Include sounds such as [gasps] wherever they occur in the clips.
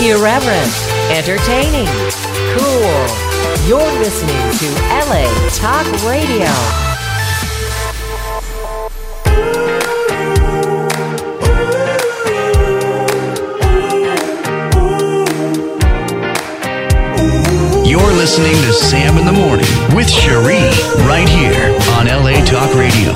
Irreverent, entertaining, cool. You're listening to LA Talk Radio. You're listening to Sam in the Morning with Cherie right here on LA Talk Radio.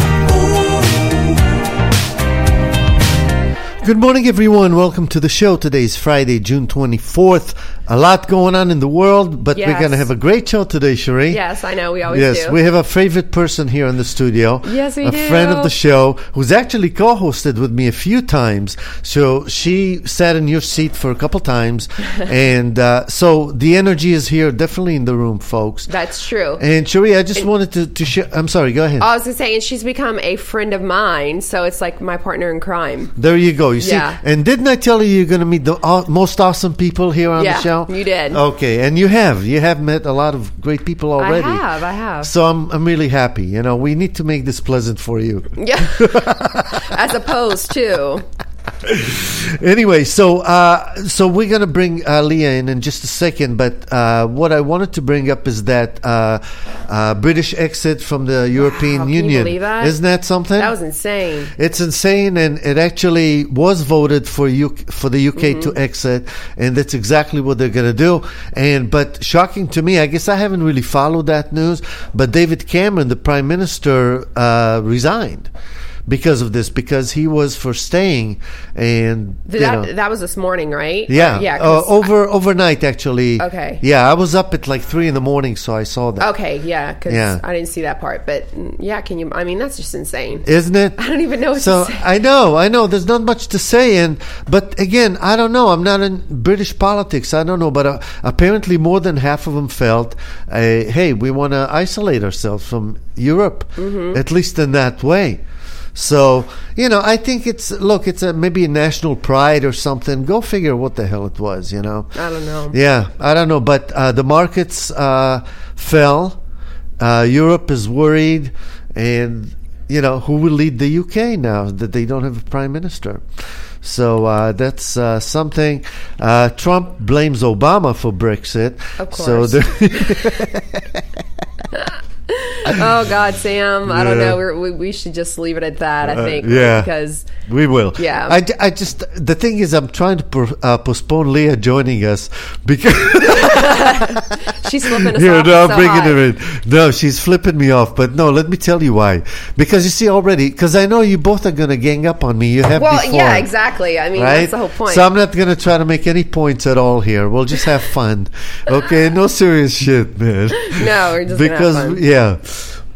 Good morning, everyone. Welcome to the show. Today is Friday, June 24th. A lot going on in the world, but we're Yes. going to have a great show today, Cherie. Yes, I know. We always Yes, do. we have a favorite person here in the studio. Yes, we a do. friend of the show who's actually co-hosted with me a few times. So she sat in your seat for a couple [laughs] times, and uh, so the energy is here, definitely in the room, folks. That's true. And Cherie, I just wanted to, to share. I'm sorry. Go ahead. I was just saying, she's become a friend of mine, so it's like my partner in crime. [laughs] There you go. You see, Yeah. and didn't I tell you you're going to meet the aw- most awesome people here on Yeah, the show? you did. Okay, and you have. You have met a lot of great people already. I have, I have. So I'm I'm really happy. You know, we need to make this pleasant for you. [laughs] Yeah. As opposed to. anyway, so uh, so we're gonna bring uh, Leah in in just a second, but uh, what I wanted to bring up is that uh, uh, British exit from the European can you Union. believe that? Isn't that something? That was insane. It's insane, and it actually was voted for U- for the UK Mm-hmm. to exit, and that's exactly what they're going to do. And but shocking to me, I guess I haven't really followed that news. But David Cameron, the Prime Minister, uh, resigned because of this because he was for staying, and Th- you That, know. that was this morning, right? yeah, Uh, yeah. uh, 'cause- over overnight actually. Okay. Yeah, I was up at like three in the morning, so I saw that. okay, yeah, because Yeah. I didn't see that part. But mm, yeah, can you? I mean, that's just insane. isn't it? I don't even know what to so say. I know, I know. There's not much to say, and but again, I don't know. I'm not in British politics. I don't know, but uh, apparently, more than half of them felt, uh, hey, we want to isolate ourselves from Europe, Mm-hmm. at least in that way. So you know, I think it's look, it's a, maybe a national pride or something. Go figure what the hell it was, you know. I don't know. Yeah, I don't know, but uh, the markets uh, fell. Uh, Europe is worried, and you know who will lead the UK now that they don't have a prime minister. So uh, that's uh, something. Uh, Trump blames Obama for Brexit. Of course. So there- [laughs] Oh God, Sam, I don't Yeah. Uh, know. We're, we we should just leave it at that. I think. yeah. Because we will. Yeah. I, ju- I just the thing is I'm trying to pro- uh, postpone Leah joining us because. she's [laughs] flipping us Here, off no, I'm so bringing hard. her in. No, she's flipping me off. But no, let me tell you why. Because you see already, because I know you both are going to gang up on me. You have Well, before, yeah, exactly. I mean, Right? that's the whole point. So I'm not going to try to make any points at all here. We'll just have [laughs] fun. Okay? No serious shit, man. no, we're just because, gonna have fun. yeah.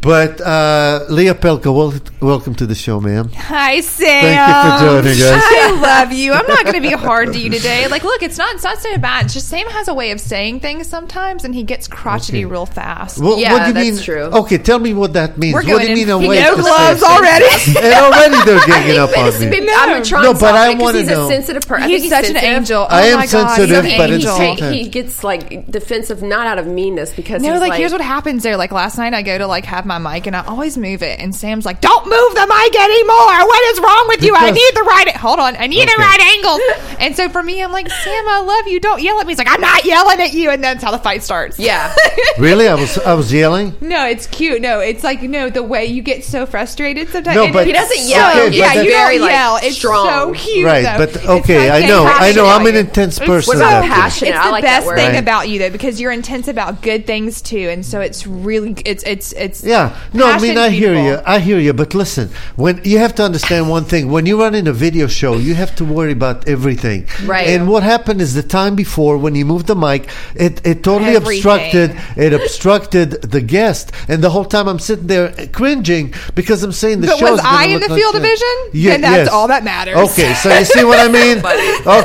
But uh, Leah Pelka, wel- welcome to the show, ma'am. Hi, Sam. Thank you for joining us. I love you. I'm not going to be hard to you today. Like, look, it's not it's not so bad. It's just Sam has a way of saying things sometimes, and he gets crotchety real fast. Well, Yeah, what do you that's mean? true. Okay, tell me what that means. We're what do going you in mean? pink wait to gloves say- already. [laughs] and already [laughs] they're [laughs] ganging up But on it's me. been- I'm a Trump No, but I wanna he's know- a sensitive person. he's, he's such sensitive. an angel. Oh I am my God, he's sensitive, an but it's angel. the same time- He, he gets like defensive, not out of meanness, because No, he's like, here's what happens there. Like last night, I go to like have my mic, and I always move it, and Sam's like, "Don't move the mic anymore. What is wrong with you? I Because- need the right. Hold on, I need Okay. the right angle." and so for me, I'm like, "Sam, I love you. Don't yell at me." He's like, "I'm not yelling at you," and that's how the fight starts. [laughs] [laughs] Yeah. Really? I was I was yelling. No, it's cute. No, it's like no, the way you get so frustrated sometimes. No, And but- it's He doesn't so- yell. Okay, yeah, but you that's- very, don't like, yell. It's strong. so cute, Right, though. but It's okay, like I know, I know, I'm an passionate. intense It's person so about cute. that. Passionate, It's I the like that best word. thing Right. about you though, because you're intense about good things too, and so it's really it's it's it's Yeah. No, I mean passion's I hear beautiful. you. I hear you, but listen, when you have to understand one thing, when you run in a video show, you have to worry about everything. Right. And what happened is the time before when you moved the mic, it, it totally Everything. obstructed it obstructed the guest. And the whole time I'm sitting there cringing because I'm saying the But show's was gonna I in look the like field of shit. vision? Ye- Then that's yes. all that matters. Okay, so you see what I [laughs] mean?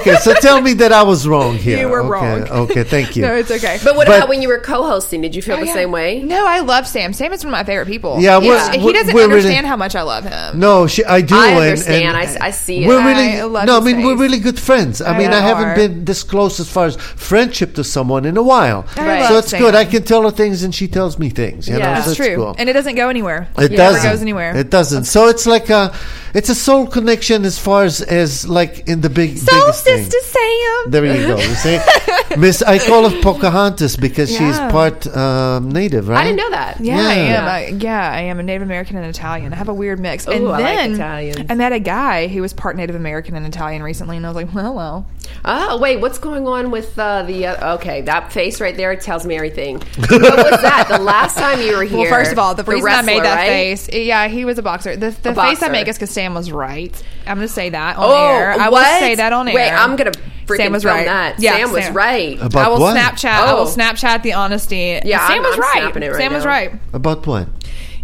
okay, so tell me that I was wrong here. You were Okay, wrong. Okay, [laughs] thank you. No, it's okay. But what But- about when you were co-hosting? Did you feel the Oh, Yeah. same way? No, I love Sam. Sam is one of my favorite people. Yeah, He we're- just- he we're- doesn't we're really- understand how much I love him. No, she, I do. I and- understand. and- I s- I see it. We're I really love no. I his mean, we're face. really good friends. I, I mean, I haven't are. been this close as far as friendship to someone in a while. I Right. So love it's good. Sam. I can tell her things, and she tells me things. You know, Yeah. so That's it's true, cool. and it doesn't go anywhere. It never doesn't. goes anywhere. It doesn't. So it's like a. it's a soul connection as far as as like in the big Soul biggest thing. Sister Sam. There you go. You [laughs] see, Miss, I call her Pocahontas because she's Yeah. part um, native, right? I didn't know that. Yeah, I am. Yeah. I, yeah, I am a Native American and Italian. I have a weird mix. and Ooh, I like then Italians. I met a guy who was part Native American and Italian recently, and I was like, well, well. Oh wait, what's going on with uh, the? Uh, okay, that face right there tells me [laughs] everything. what was that? The last time you were here. Well, first of all, the, reason I made wrestler, that right? face, eh, yeah, he was a boxer. The, the A face I boxer. make is because Sam was right. I'm going to say that on Oh, air. I will what? say that on air. Wait, I'm gonna freaking Sam was film right. that. Yeah, Sam was right. About I will what? Snapchat. I will Oh. Snapchat the honesty. Yeah, Sam I'm- was I'm right. snapping it right Sam was now. right. About what?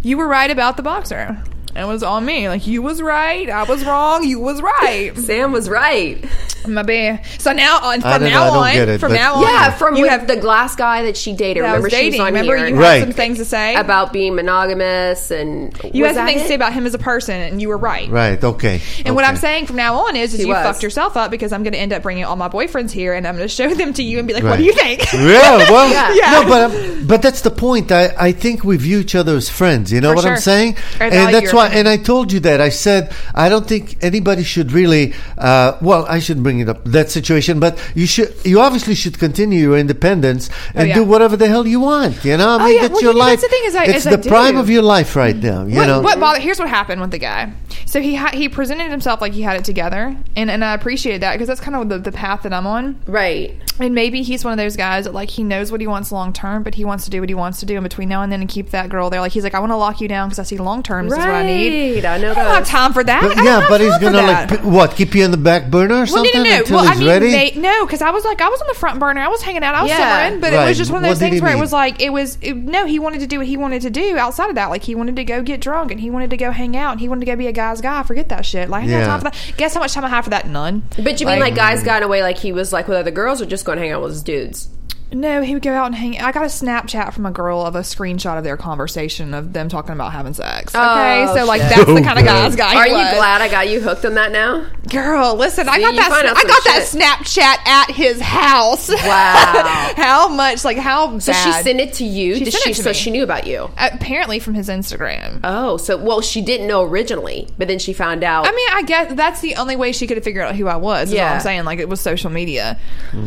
You were right about the boxer. It was on me. Like you was right. I was wrong. You [laughs] was right. Sam was right. My bad. So now on I from don't know, now I don't on, get it, from but- now on, Yeah, from Oh, you with have the glass guy that she dated. that I Remember, was she was dating. on Remember, here you Right. had some things to say about being monogamous and You was had that some things to it? say about him as a person, and you were right. Right. Okay. And what I'm saying from now on is, is He you was. fucked yourself up because I'm going to end up bringing all my boyfriends here, and I'm going to show them to you and be like, "What Right. do you think?" yeah, well, Yeah. no, but um, but that's the point. I, I think we view each other as friends. You know For what sure. I'm saying? I value and that's your why. opinion. And I told you that. I said I don't think anybody should really. Uh, well, I should bring it up that situation, but you should. You obviously should continue your independence and Oh, yeah. do Oh, whatever the hell you want. You know, I mean, yeah. that's Well, your you know, life. that's the thing is I- it's is I the prime do. of your life right now. You [laughs] what, know, what bother- here's what happened with the guy. So he ha- he presented himself like he had it together, and, and I appreciated that because that's kind of the, the path that I'm on. right. And maybe he's one of those guys that like he knows what he wants long term, but he wants to do what he wants to do in between now and then and keep that girl there. Like he's like, I want to lock you down because I see long term. This is what I need. Right, I know I don't have those. time for that. I But, don't yeah, have but he's time for gonna that. like p- what? Keep you in the back burner or Well, no, something no, no. until Well, I he's mean, ready. they, no, because I was like, I was on the front burner. I was hanging out. I was Yeah. still in, but it Right. was just one of those What did things he where it mean? was like, it was it, no. He wanted to do what he wanted to do outside of that. Like he wanted to go get drunk and he wanted to go hang out and he wanted to go be a guy's guy. Forget that shit. Like I don't have Yeah. time for that. Guess how much time I have for that? None. But you mean like mm. guys got away like he was like with other girls or just going to hang out with his dudes? No, he would go out and hang. I got a Snapchat from a girl of a screenshot of their conversation of them talking about having sex. Okay, Oh, so like shit. that's the kind of guy's guy. he Are you was. glad I got you hooked on that now? Girl, listen, I See, got you that. find sna- out I some got that Snapchat at his house. Wow. [laughs] how much? Like how? So she bad? sent it to you. She Did sent she, it to so me. she knew about you. apparently from his Instagram. Oh, so well, she didn't know originally, but then she found out. I mean, I guess that's the only way she could have figured out who I was. Is what Yeah. I'm saying. Like it was social media. I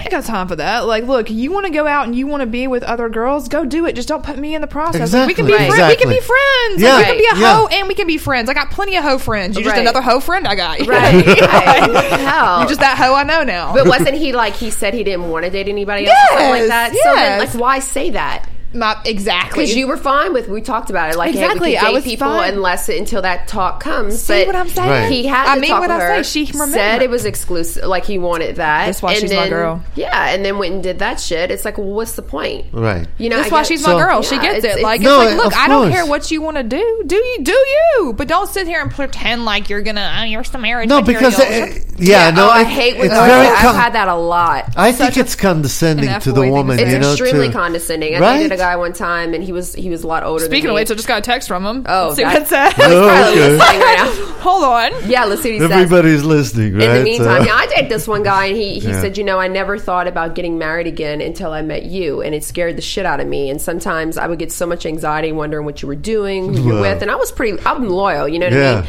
ain't got time for that. Like, look, you want to go out and you want to be with other girls, go do it. Just don't put me in the process. Like, we can be Exactly. friends. We can be Exactly. friends. Yeah. Like, we can be a Yeah. hoe and we can be friends. I got plenty of hoe friends. You're just Right. another hoe friend I got. [laughs] right? right. [laughs] What the hell? You're just that hoe I know now. but wasn't he like he said he didn't want to date anybody else or something Yes, like that? So then, yes. like, why say that? My, exactly. Because you were fine with we talked about it. Like, hey, Exactly, we could I date was people fine. unless until that talk comes. See but what I'm saying? Right. He had. I the mean talk what with I her, say, she said remembered. it was exclusive. Like he wanted that. That's why and she's my then, girl. Yeah, and then went and did that shit. It's like, well, what's the point? Right. You know, I That's why get- she's So- my girl. she Yeah, gets it's- it. Like, it's- it's No, like, look, of I don't course. care what you want to do. Do you? Do you? But don't sit here and pretend like you're gonna. Oh, you're some marriage. no, material. because uh, yeah, no, oh, I it- hate when it's girls- very. I've com- had that a lot. I think it's condescending an to F the word thing to woman. say. It's you know, extremely to- condescending. I Right? dated a guy one time, and he was he was a lot older. Speaking than of me. which, I just got a text from him. Oh, Let's see God. what it says. Oh, Probably okay. listening right now. [laughs] [laughs] Hold on. Yeah, let's see what he says. Everybody's listening, right? In the meantime, So- yeah, I dated this one guy, and he, he Yeah. said, you know, I never thought about getting married again until I met you, and it scared the shit out of me. And sometimes I would get so much anxiety wondering what you were doing, who you're Wow. with, and I was pretty, I'm loyal, you know what I Yeah. mean.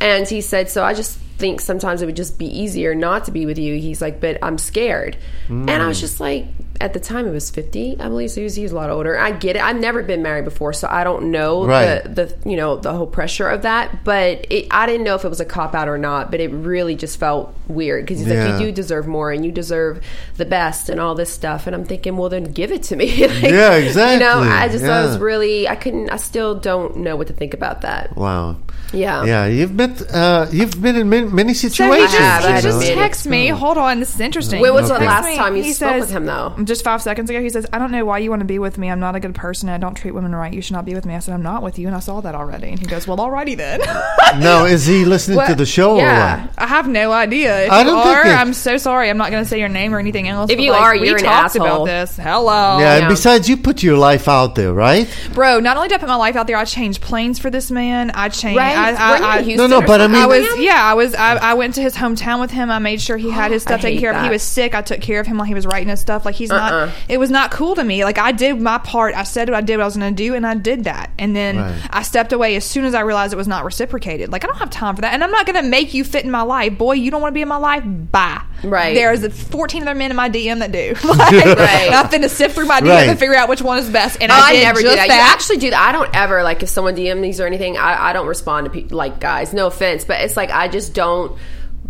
And he said, so I just think sometimes it would just be easier not to be with you. He's like, but I'm scared, and I Mm. was just like, at the time it was 50, I believe, so he was, he was a lot older. I get it. I've never been married before, so I don't know Right. the the you know the whole pressure of that but it, i didn't know if it was a cop out or not but it really just felt weird because he's Yeah. like you do deserve more and you deserve the best and all this stuff and i'm thinking well then give it to me [laughs] Like, Yeah, you know exactly. i just thought it was Yeah. really i couldn't i still don't know what to think about that Wow. Yeah. Yeah, you've met uh, you've been in many, many So he situations. just, have, he I just have. texts me. Hold on, this is interesting. when was He the Okay. texts last me. time you He spoke says- with him though Just five seconds ago, he says, "I don't know why you want to be with me. I'm not a good person. I don't treat women right. You should not be with me." I said, "I'm not with you," and I saw that already. And he goes, "Well, [laughs] alrighty then." [laughs] now, is he listening to the show or yeah what? I have no idea. If I you don't think are, it- I'm so sorry. I'm not going to say your name or anything else. If but, you like, are, we you're an talked asshole. about this. Hello, Yeah, Yeah. and besides, you put your life out there, right? bro. Not only did I put my life out there, I changed planes for this man. I changed. Right? I, Weren't you I, in I, Houston No, no, or but I something? I mean- was yeah I was I, I went to his hometown with him I made sure he had his [gasps] stuff I taken hate care of he that. was sick I took care of him while he was writing his stuff like he's not Uh-uh. it was not cool to me. Like I did my part. I said what I did what I was going to do and I did that. And then Right. I stepped away as soon as I realized it was not reciprocated. Like I don't have time for that. And I'm not going to make you fit in my life. Boy, you don't want to be in my life. Bye. Right. There's 14 other men in my DM that do. [laughs] like, [laughs] I'm finna sift through my DM Right. and figure out which one is best. And Oh, I, I, did never do just that. You actually do that. I don't ever like if someone DMs or anything. I, I don't respond to people like guys. No offense, but it's like I just don't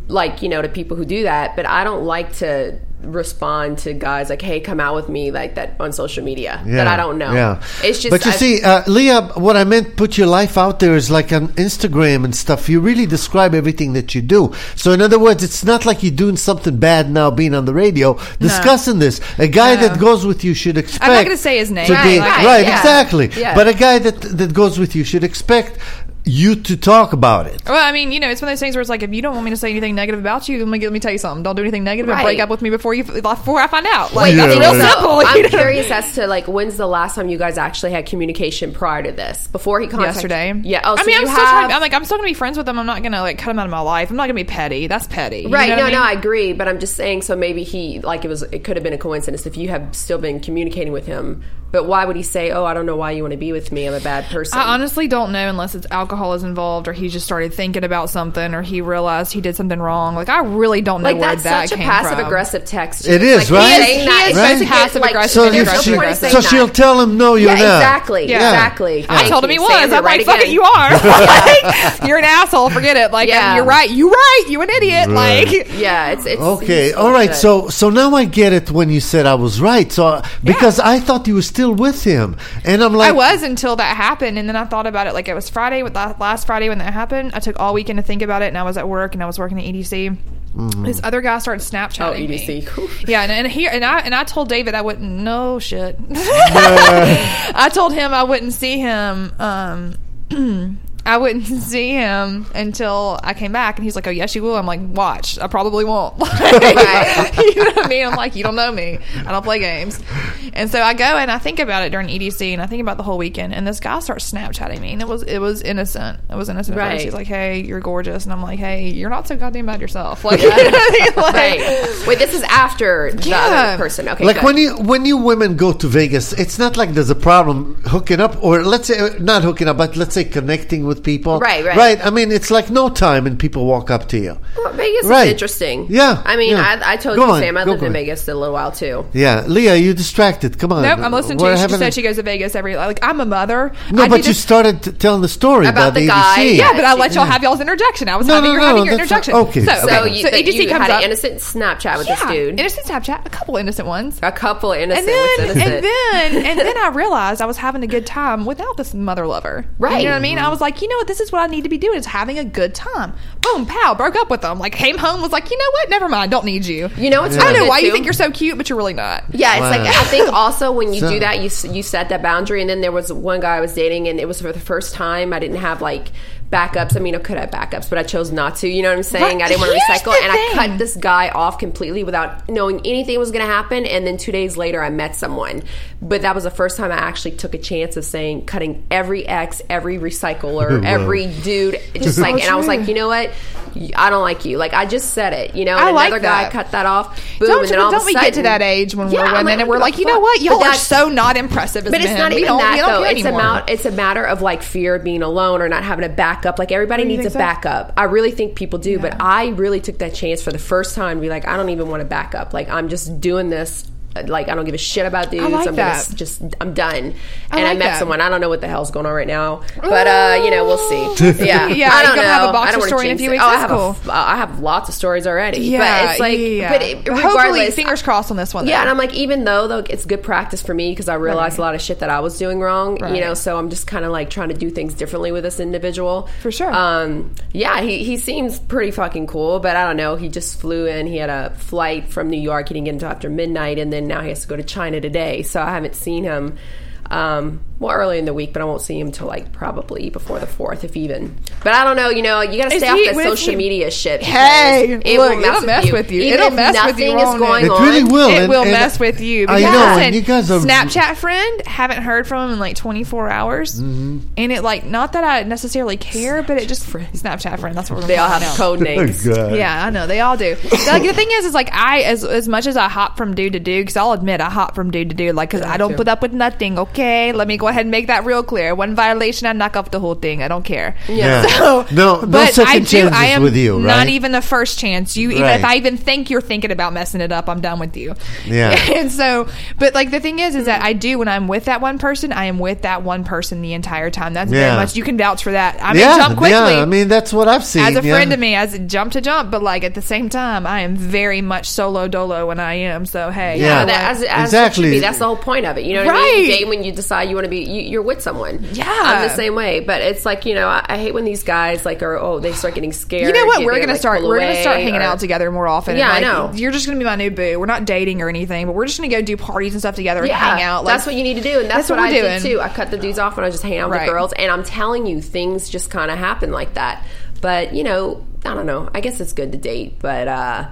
like you know to people who do that. But I don't like to respond to guys like, "Hey, come out with me" like that on social media. That I don't know. Yeah, it's just. But you I- see, uh, Leah, what I meant, put your life out there is like on Instagram and stuff. You really describe everything that you do. So in other words, it's not like you're doing something bad now, being on the radio discussing this. A guy that goes with you should expect. gonna say his name. to be- Right, right, right, yeah. exactly. Yeah. But a guy that that goes with you should expect you to talk about it. Well, I mean, you know, it's one of those things where it's like, if you don't want me to say anything negative about you, let me, let me tell you something. Don't do anything negative and Right. break up with me before you before I find out. Like, Wait, that's Yeah, real right. simple. So, [laughs] you I'm know? curious as to like when's the last time you guys actually had communication prior to this? Before he contacted Yesterday, Yeah. Oh, so I mean, you I'm have, still trying, I'm like, I'm still gonna be friends with them. I'm not gonna like cut them out of my life. I'm not gonna be petty. That's petty. You Right. know no, what no, I I mean? agree. But I'm just saying. So maybe he like it was. It could have been a coincidence if you have still been communicating with him. But why would he say, "Oh, I don't know why you want to be with me. I'm a bad person." I honestly don't know unless it's alcohol is involved or he just started thinking about something or he realized he did something wrong. Like I really don't know like where that's that such a came passive from. aggressive text. It is, like, right? He is, He is Right? passive aggressive So, and if aggressive she- aggressive. so she'll tell him no, you're Yeah, not. exactly. Yeah. Exactly. I told him he Keep was. saying I'm it right like, fuck it, again. you [laughs] are. [laughs] like, you're an asshole. Forget it. Like, Yeah. you're right. You're right. You an idiot. Right. Like, Yeah. It's, it's Okay, he's- all right. but- [laughs] So, so now I get it when you said I was right. So, because I thought you were still with him, and I'm like, I was until that happened, and then I thought about it. Like it was Friday, with la- last Friday when that happened. I took all weekend to think about it, and I was at work, and I was working at EDC. This other guy started Oh, Snapchatting me. EDC. Cool. Yeah, and, and he and I and I told David I wouldn't. No shit. [laughs] I told him I wouldn't see him. Um, [clears throat] I wouldn't see him until I came back, and he's like, "Oh yes, you will." I'm like, "Watch, I probably won't." [laughs] Like, you know what I mean? I'm like, "You don't know me. I don't play games." [laughs] And so I go and I think about it during EDC, and I think about the whole weekend. And this guy starts Snapchatting me, and it was it was innocent. It was innocent. At Right. first. He's like, "Hey, you're gorgeous," and I'm like, "Hey, you're not so goddamn bad [laughs] yourself." Like, you know what I mean? [laughs] Like, Right. Wait, this is after the Yeah. other person. Okay. like good. when you when you women go to Vegas, it's not like there's a problem hooking up or let's say uh, not hooking up, but let's say connecting with people. Right, right. right. I mean, it's like no time, and people walk up to you. Well, Vegas Right. is interesting. Yeah, I mean, yeah. I, I told Go you, on, Sam, I go, lived go in on. Vegas a little while too. Yeah, Leah, you distracted. Come on. Nope, I'm listening to We're you. She having said a- she goes to Vegas every like I'm a mother. No, I but do you this- started t- telling the story About about, the EDC. guy, yeah, yeah, but I she- let y'all have y'all's interjection. I was No, having no, you're no, having your that's not- interjection. okay. so, So So, okay. you, so that AGC you comes had up. an innocent Snapchat with yeah, this dude. innocent Snapchat, a couple innocent ones. a couple innocent. And then, was and innocent. [laughs] then, and then I realized I was having a good time without this mother lover. Right. You know what I mean? I was like, you know what? This is what I need to be doing is having a good time. Boom, pow, broke up with them. Like, came home, was like, you know what? Never mind. Don't need you. You know what's I don't know really why good, you too? think you're so cute, but you're really not. Yeah, it's like Wow. I think also when you So- do that, you s- you set that boundary. And then there was one guy I was dating, and it was for the first time. I didn't have like backups. I mean, I could have backups, but I chose not to. You know what I'm saying? Right. I didn't want to Here's recycle, the and I thing. cut this guy off completely without knowing anything was going to happen. And then two days later, I met someone, but that was the first time I actually took a chance of saying cutting every ex, every recycler, [laughs] Wow. every dude, just like. And I was true. like, you know what? Y- I don't like you. Like I just said it. You know, I and like another guy that. cut that off. Boom, don't and you- then all don't of a we get to sudden- that age when Yeah, we're I'm women like, and we're what like, the you know fuck? what? Y'all But are that's- so not impressive as But it's men. not We even don't- we that don't though. care It's anymore. about it's a matter of like fear of being alone or not having a backup. Like everybody you needs a think so? backup. I really think people do, Yeah. but I really took that chance for the first time to be like, I don't even want a backup. Like I'm just doing this. Like I don't give a shit about dudes. like I'm that. gonna s- just I'm done. I and I like met that. someone. I don't know what the hell's going on right now, but uh, you know we'll see. Yeah, [laughs] Yeah, I you're don't know. gonna have a box I don't of wanna story in a jinx few it. weeks. Oh, I That's have cool. a, I have lots of stories already. but it's like, yeah, yeah. but it, hopefully, regardless, fingers crossed on this one. yeah, though. and I'm like, even though though it's good practice for me because I realized Right. a lot of shit that I was doing wrong, Right. you know. So I'm just kind of like trying to do things differently with this individual. For sure. Um, yeah, he he seems pretty fucking cool, but I don't know. He just flew in. He had a flight from New York. He didn't get until after midnight, and then now he has to go to China today. So I haven't seen him. Um, well early in the week, but I won't see him till like probably before the fourth, if even. But I don't know. You know, you got to Is stay off he that with social him? media shit. because Hey, look, it'll mess with you. Even It'll if mess with nothing you is on it. going It on, really will. it and- will and- mess with you. I Because know, and listen, you guys are Snapchat friend haven't heard from him in like 24 hours, Mm-hmm. and it like not that I necessarily care, but it just Snapchat friend. That's what we're they all gonna have call it now. code names. God. Yeah, I know they all do. But, like the thing is, is like I as as much as I hop from dude to dude, because I'll admit I hop from dude to dude, like because I don't too. put up with nothing. Okay, let me go ahead and make that real clear. One violation, I knock off the whole thing. I don't care. Yeah. So, [laughs] no, no but second I do. chances I am with you, right? not even the first chance. You even if Right. I even think you're thinking about messing it up, I'm done with you. Yeah. [laughs] and so, but like the thing is, is that I do when I'm with that one person, I am with that one person the entire time. That's Yeah. very much you can vouch for that. I mean, yeah, jump quickly yeah. I mean, that's what I've seen. as a yeah. friend to me as a jump to jump but like at the same time i am very much solo dolo when i am so hey Yeah. That- I'm like- as, as Exactly. exactly. Be. That's the whole point of it. You know what I Right. mean? Day when you decide you want to be, you, you're with someone. Yeah. I'm the same way. But it's like you know, I, I hate when these guys like are oh they start getting scared. you know what they- we're they, gonna like, start pull we're gonna away start hanging or- out together more often and, Yeah, I like, know. you're just gonna be my new boo we're not dating or anything but we're just gonna go do parties and stuff together Yeah, and hang out like, that's what you need to do, and that's, that's what what, I we're did doing. too. I cut the dudes off and I just hang out with Right. the girls, and I'm telling you, things just kind of happen like that. But you know, I don't know. I guess it's good to date, but uh,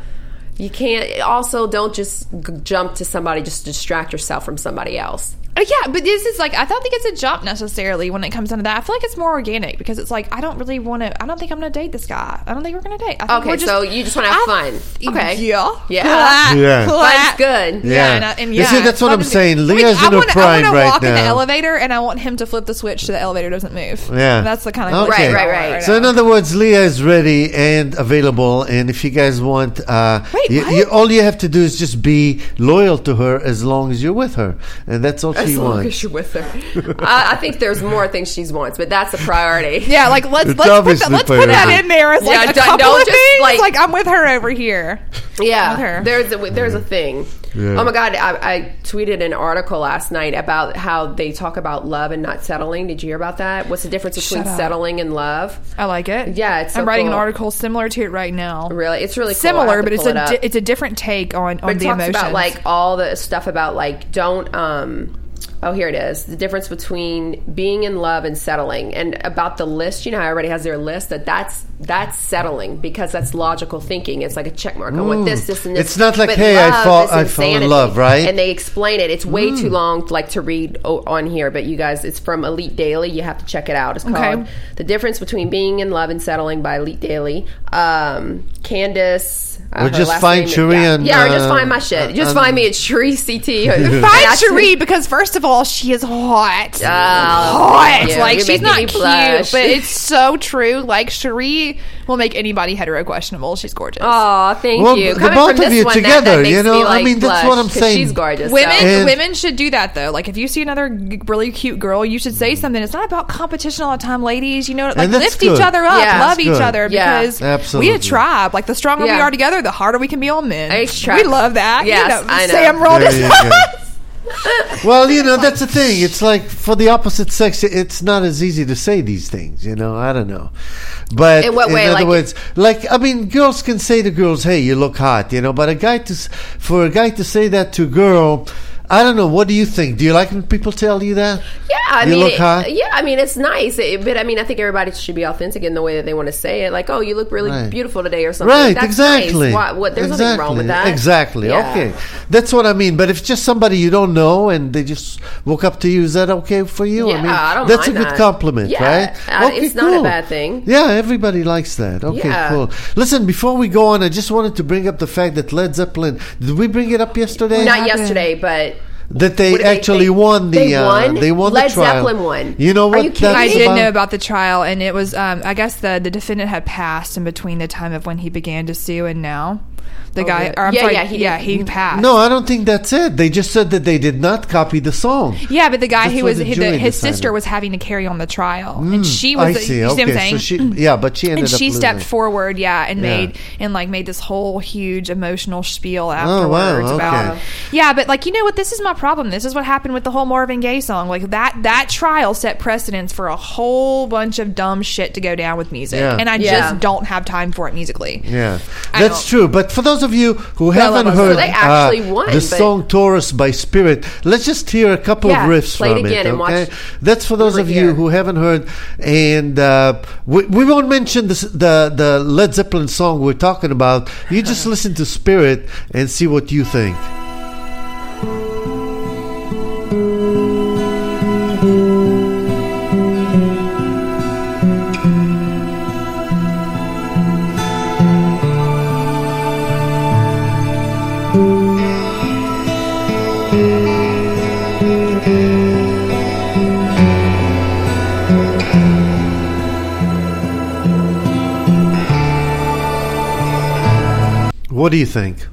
you can't. Also, don't just g- jump to somebody just to distract yourself from somebody else. Uh, yeah but this is like i don't think it's a jump necessarily when it comes down to that i feel like it's more organic because it's like i don't really want to i don't think i'm gonna date this guy i don't think we're gonna date I think Okay, we're just- so you just wanna have I- fun. Okay. yeah Yeah. Clap, Yeah. clap. Fun's good. Yeah. and, I, and You yeah. see, that's what Fun I'm is- saying. I mean, Leah's I in her wanna- prime I wanna right walk in the now. elevator, and I want him to flip the switch so the elevator doesn't move. Yeah. that's the kind of Okay. relationship Right, right, I want right. So in now. other words, Leah is ready and available, and if you guys want, uh, Wait, you, what? you- all you have to do is just be loyal to her as long as you're with her, and that's all she wants. you're with her. [laughs] I, I think there's more things she wants, but that's a priority. yeah, like let's It's let's put obviously that, let's put priority. that in there as like Yeah, a don't- couple don't of just, things. like- Like, I'm with her over here. Yeah, with her. there's a, there's a thing. Oh my god, I, I tweeted an article last night about how they talk about love and not settling. Did you hear about that? What's the difference between Shut up. Oh. settling and love? I like it. Yeah, it's so I'm writing an cool. article similar to it right now. Really, it's really cool. I have Similar, to but it's pull a it up. di- it's a different take on on It the talks emotions. about like all the stuff about like don't um oh here it is the difference between being in love and settling and about the list you know how everybody has their list that that's that's settling because that's logical thinking it's like a check mark i want this this and this Mm. It's not like, But hey, I love fall- is I fell in insanity. love, right? Mm. and they explain it it's way too long like to read o- on here but you guys it's from elite daily you have to check it out it's called Okay. the difference between being in love and settling by elite daily um candace uh, Or her just last find name is- Cherie yeah, and, yeah or just uh, find my shit just uh, find me at [laughs] Cherie CT Find Cherie because first of all, she is hot. hot. you. Like You're she's making not me cute, blush. but [laughs] it's so true. Like Cherie will make anybody hetero questionable. She's gorgeous. oh thank Well, you the Coming both from of this you one, together, that, that makes you know, me, I like, mean, that's blush, what I'm 'cause saying. she's gorgeous Women, so- And- women should do that though. Like if you see another g- really cute girl, you should say something. It's not about competition all the time, ladies. You know, like Mm. And that's lift good. each other up, Yeah. love That's each good. other Yeah. because Absolutely. we a tribe. Like the stronger we Yeah. are together, the harder we can be on men. H-tribe. We love that. You Yes, know, I know. Sam rolled There his you [laughs] go. well, you know that's the thing. It's like for the opposite sex, it's not as easy to say these things. You know, I don't know, but In what way? other Like- words, like I mean, girls can say to girls, "Hey, you look hot," you know, but a guy to s- for a guy to say that to a girl. I don't know. What do you think? Do you like when people tell you that? yeah, I You mean, look it- hot. yeah, I mean, it's nice, It- but I mean, I think everybody should be authentic in the way that they want to say it. Like, oh, you look really Right. beautiful today, or something. Right, That's exactly. Nice. Why, what? There's exactly. nothing wrong with that. Exactly. Yeah. Okay, that's what I mean. But if it's just somebody you don't know and they just woke up to you, is that okay for you? Yeah, I mean, I don't that's mind a good that. compliment, Yeah, right? uh, it's not a bad thing. Yeah, everybody likes that. Okay, Yeah. cool. Listen, before we go on, I just wanted to bring up the fact that Led Zeppelin. Did we bring it up yesterday? Not yesterday, but that they What did they- actually they- won the they uh, won? they won Led the trial. Zeppelin won. You know Are what? you kidding that's I It's did know about the trial, and it was, um, I guess, the, the defendant had passed in between the time of when he began to sue and now. The guy, yeah. or I'm Yeah, sorry, yeah, he did. he Mm. passed. No, I don't think that's it. They just said that they did not copy the song. Yeah, but the guy That's who what was the his, jury his decided. Mm. sister was having to carry on the trial, and she was. I the- see. You see okay, what I'm saying? so she yeah, but she ended and up she stepped losing. forward, yeah, and Yeah. made and like made this whole huge emotional spiel Oh, afterwards wow, about okay. yeah, but like you know what, this is my problem. This is what happened with the whole Marvin Gaye song. Like that that trial set precedence for a whole bunch of dumb shit to go down with music, Yeah. and I Yeah. just don't have time for it musically. Yeah, I that's don't- true. But for those of you who I love haven't Oxford. heard They actually uh, won, the but- song "Taurus" by Spirit, let's just hear a couple Yeah, of riffs play it from again it. and watch okay, that's for those over of here. you who haven't heard. And uh, we, we won't mention this, the the Led Zeppelin song we're talking about. You just [laughs] listen to "Spirit" and see what you think. What do you think?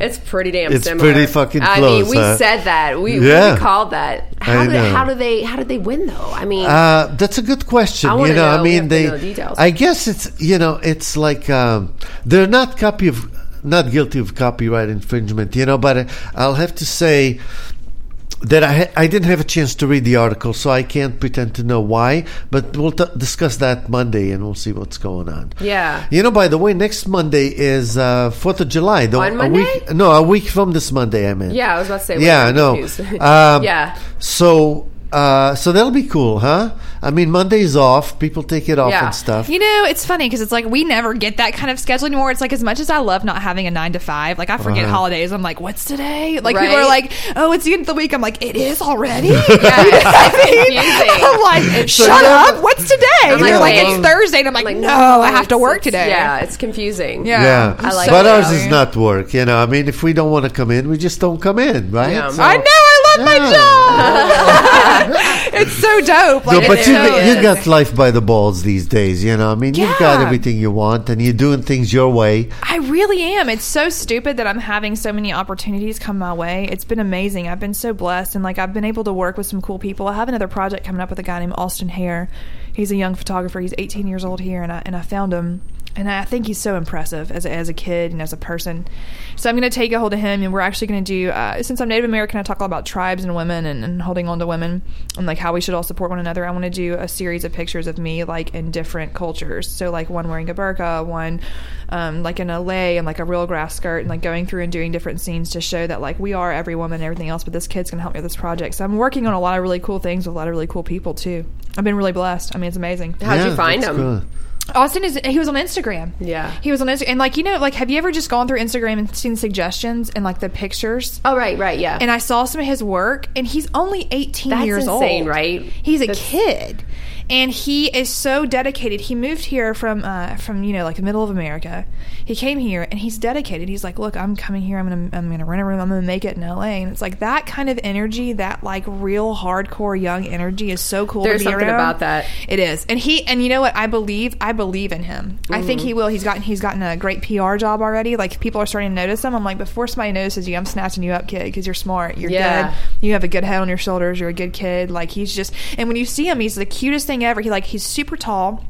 It's pretty damn It's similar. pretty fucking I close, mean, we huh? said that. We, we- Yeah. we called that. How I did know. how do they how did they win though? I mean, Uh, that's a good question. I you wanna know, I know. We mean, have to they. know details. I guess it's you know, it's like um, they're not copy of not guilty of copyright infringement. You know, but I- I'll have to say that I ha- I didn't have a chance to read the article, so I can't pretend to know why. But we'll t- discuss that Monday, and we'll see what's going on. yeah. You know, by the way, next Monday is uh, Fourth of July. The, On a Monday? week, no, a week from this Monday. I mean, Yeah, I was about to say. yeah, I wait, know. I'm confused. [laughs] Um, yeah, So, uh, so that'll be cool, huh? I mean, Monday's off. People take it off Yeah. and stuff. You know, it's funny because it's like we never get that kind of schedule anymore. It's like as much as I love not having a nine to five, like I forget Uh-huh. holidays. I'm like, what's today? Like people are Right. like, oh, it's the end of the week. I'm like, it is [laughs] already. [laughs] yeah. It's confusing. I'm like, shut so- up. What's today? I'm They're like, like, um, it's Thursday. And I'm like, no, I have to it's- work it's- today. Yeah, it's confusing. Yeah. yeah, I like but that. ours is not work. You know, I mean, if we don't want to come in, we just don't come in, right? Yeah. I know. I love Yeah. my [laughs] job. [laughs] it's so dope. No, Like, but it's you, so know, you yeah. got life by the balls these days. You know, I mean, you've got Yeah. everything you want, and you're doing things your way. I really am. It's so stupid that I'm having so many opportunities come my way. It's been amazing. I've been so blessed and like I've been able to work with some cool people. I have another project coming up with a guy named Austin Hare. He's a young photographer. He's 18 years old here and I and I found him and I think he's so impressive as a, as a kid and as a person. So I'm going to take a hold of him and we're actually going to do uh, since I'm Native American, I talk all about tribes and women and, and holding on to women and like how we should all support one another. I want to do a series of pictures of me like in different cultures. So like one wearing a burqa, one um, like in LA and like a real grass skirt and like going through and doing different scenes to show that like we are every woman and everything else, but this kid's gonna help me with this project. So I'm working on a lot of really cool things with a lot of really cool people too. I've been really blessed. I mean, it's amazing. How'd Yeah, you find that's them? good. Austin is he was on Instagram. Yeah. He was on Instagram and like you know, like have you ever just gone through Instagram and seen suggestions and like the pictures? Oh right, right, yeah. And I saw some of his work and he's only 18 That's years insane, old. right? He's a That's- kid. And he is so dedicated. He moved here from uh, from you know like the middle of America. He came here and he's dedicated. He's like, look, I'm coming here. I'm gonna I'm gonna rent a room. I'm gonna make it in LA. And it's like that kind of energy, that like real hardcore young energy, is so cool. There's to be something around. about that. It is, and he and you know what? I believe I believe in him. I think Mm-hmm. he will. He's gotten he's gotten a great PR job already. Like people are starting to notice him. I'm like, before somebody notices you, I'm snatching you up, kid, because you're smart. You're Yeah. good. You have a good head on your shoulders. You're a good kid. Like he's just, and when you see him, he's the cutest thing ever. He like he's super tall.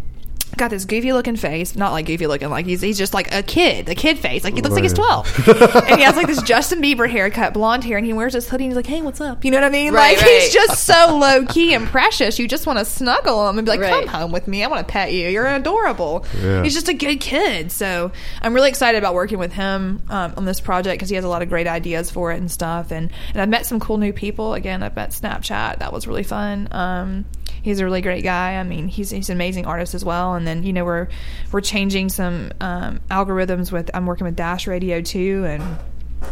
Got this goofy looking face, not like goofy looking, like he's he's just like a kid, a kid face. Like he looks like he's twelve, and he has like this Justin Bieber haircut, blonde hair, and he wears this hoodie. and He's like, "Hey, what's up?" You know what I mean? Right, like right. he's just so low key and precious. You just want to snuggle him and be like, Right. "Come home with me. I want to pet you. You're adorable." Yeah. He's just a good kid. So I'm really excited about working with him um, on this project because he has a lot of great ideas for it and stuff. And and I've met some cool new people. Again, I've met Snapchat. That was really fun. Um, he's a really great guy. I mean, he's he's an amazing artist as well. And then you know we're we're changing some um, algorithms with. I'm working with Dash Radio too and.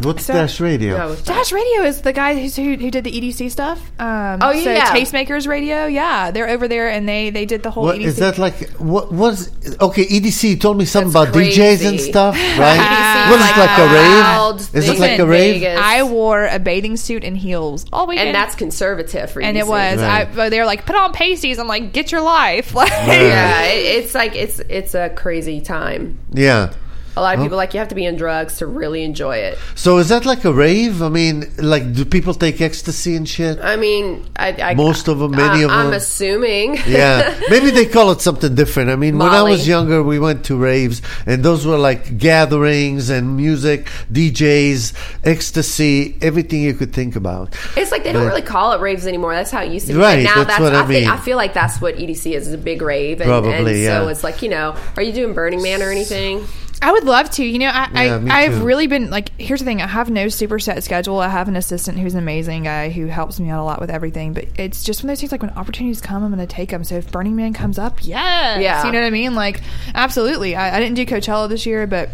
What's So- Dash Radio? That was- Dash Radio is the guy who's, who who did the EDC stuff. Um, Oh, yeah, so yeah. Tastemakers Radio. Yeah, they're over there, and they they did the whole. E What EDC. is that like? What was okay? EDC you told me something E That's about DJs and crazy. [laughs] E stuff, right? EDC what is it like a loud rave? Is it thing like a in rave? Vegas. I wore a bathing suit and heels all weekend, and that's E conservative for and it EDC. was. Right. I, but they were like, put on pasties. I'm like, get your life. [laughs] Like, Yeah, it, it's like it's it's a crazy time. Yeah. A lot of people like you have to be on drugs to really enjoy it. So is that like a rave? I mean, like do people take ecstasy and shit? I mean, I, I Most of 'em, many I, of 'em. I'm assuming. [laughs] [laughs] Yeah, maybe they call it something different. I mean, when I was Molly. younger, we went to raves, and those were like gatherings and music, DJs, ecstasy, everything you could think about. It's like they don't But- really call it raves anymore. That's how it used to be. Right, But now that's what I think- mean. I feel like that's what EDC is, is a big rave. And, Probably, and so yeah. it's like, you know, are you doing Burning Man or anything? I would love to. You know, I, Yeah, me I I've too. really been like. Here's the thing: I have no super set schedule. I have an assistant who's an amazing guy who helps me out a lot with everything. But it's just one of those things. Like when opportunities come, I'm going to take them. So if Burning Man comes up, yes, Yeah. you know what I mean. Like absolutely. I, I didn't do Coachella this year, but.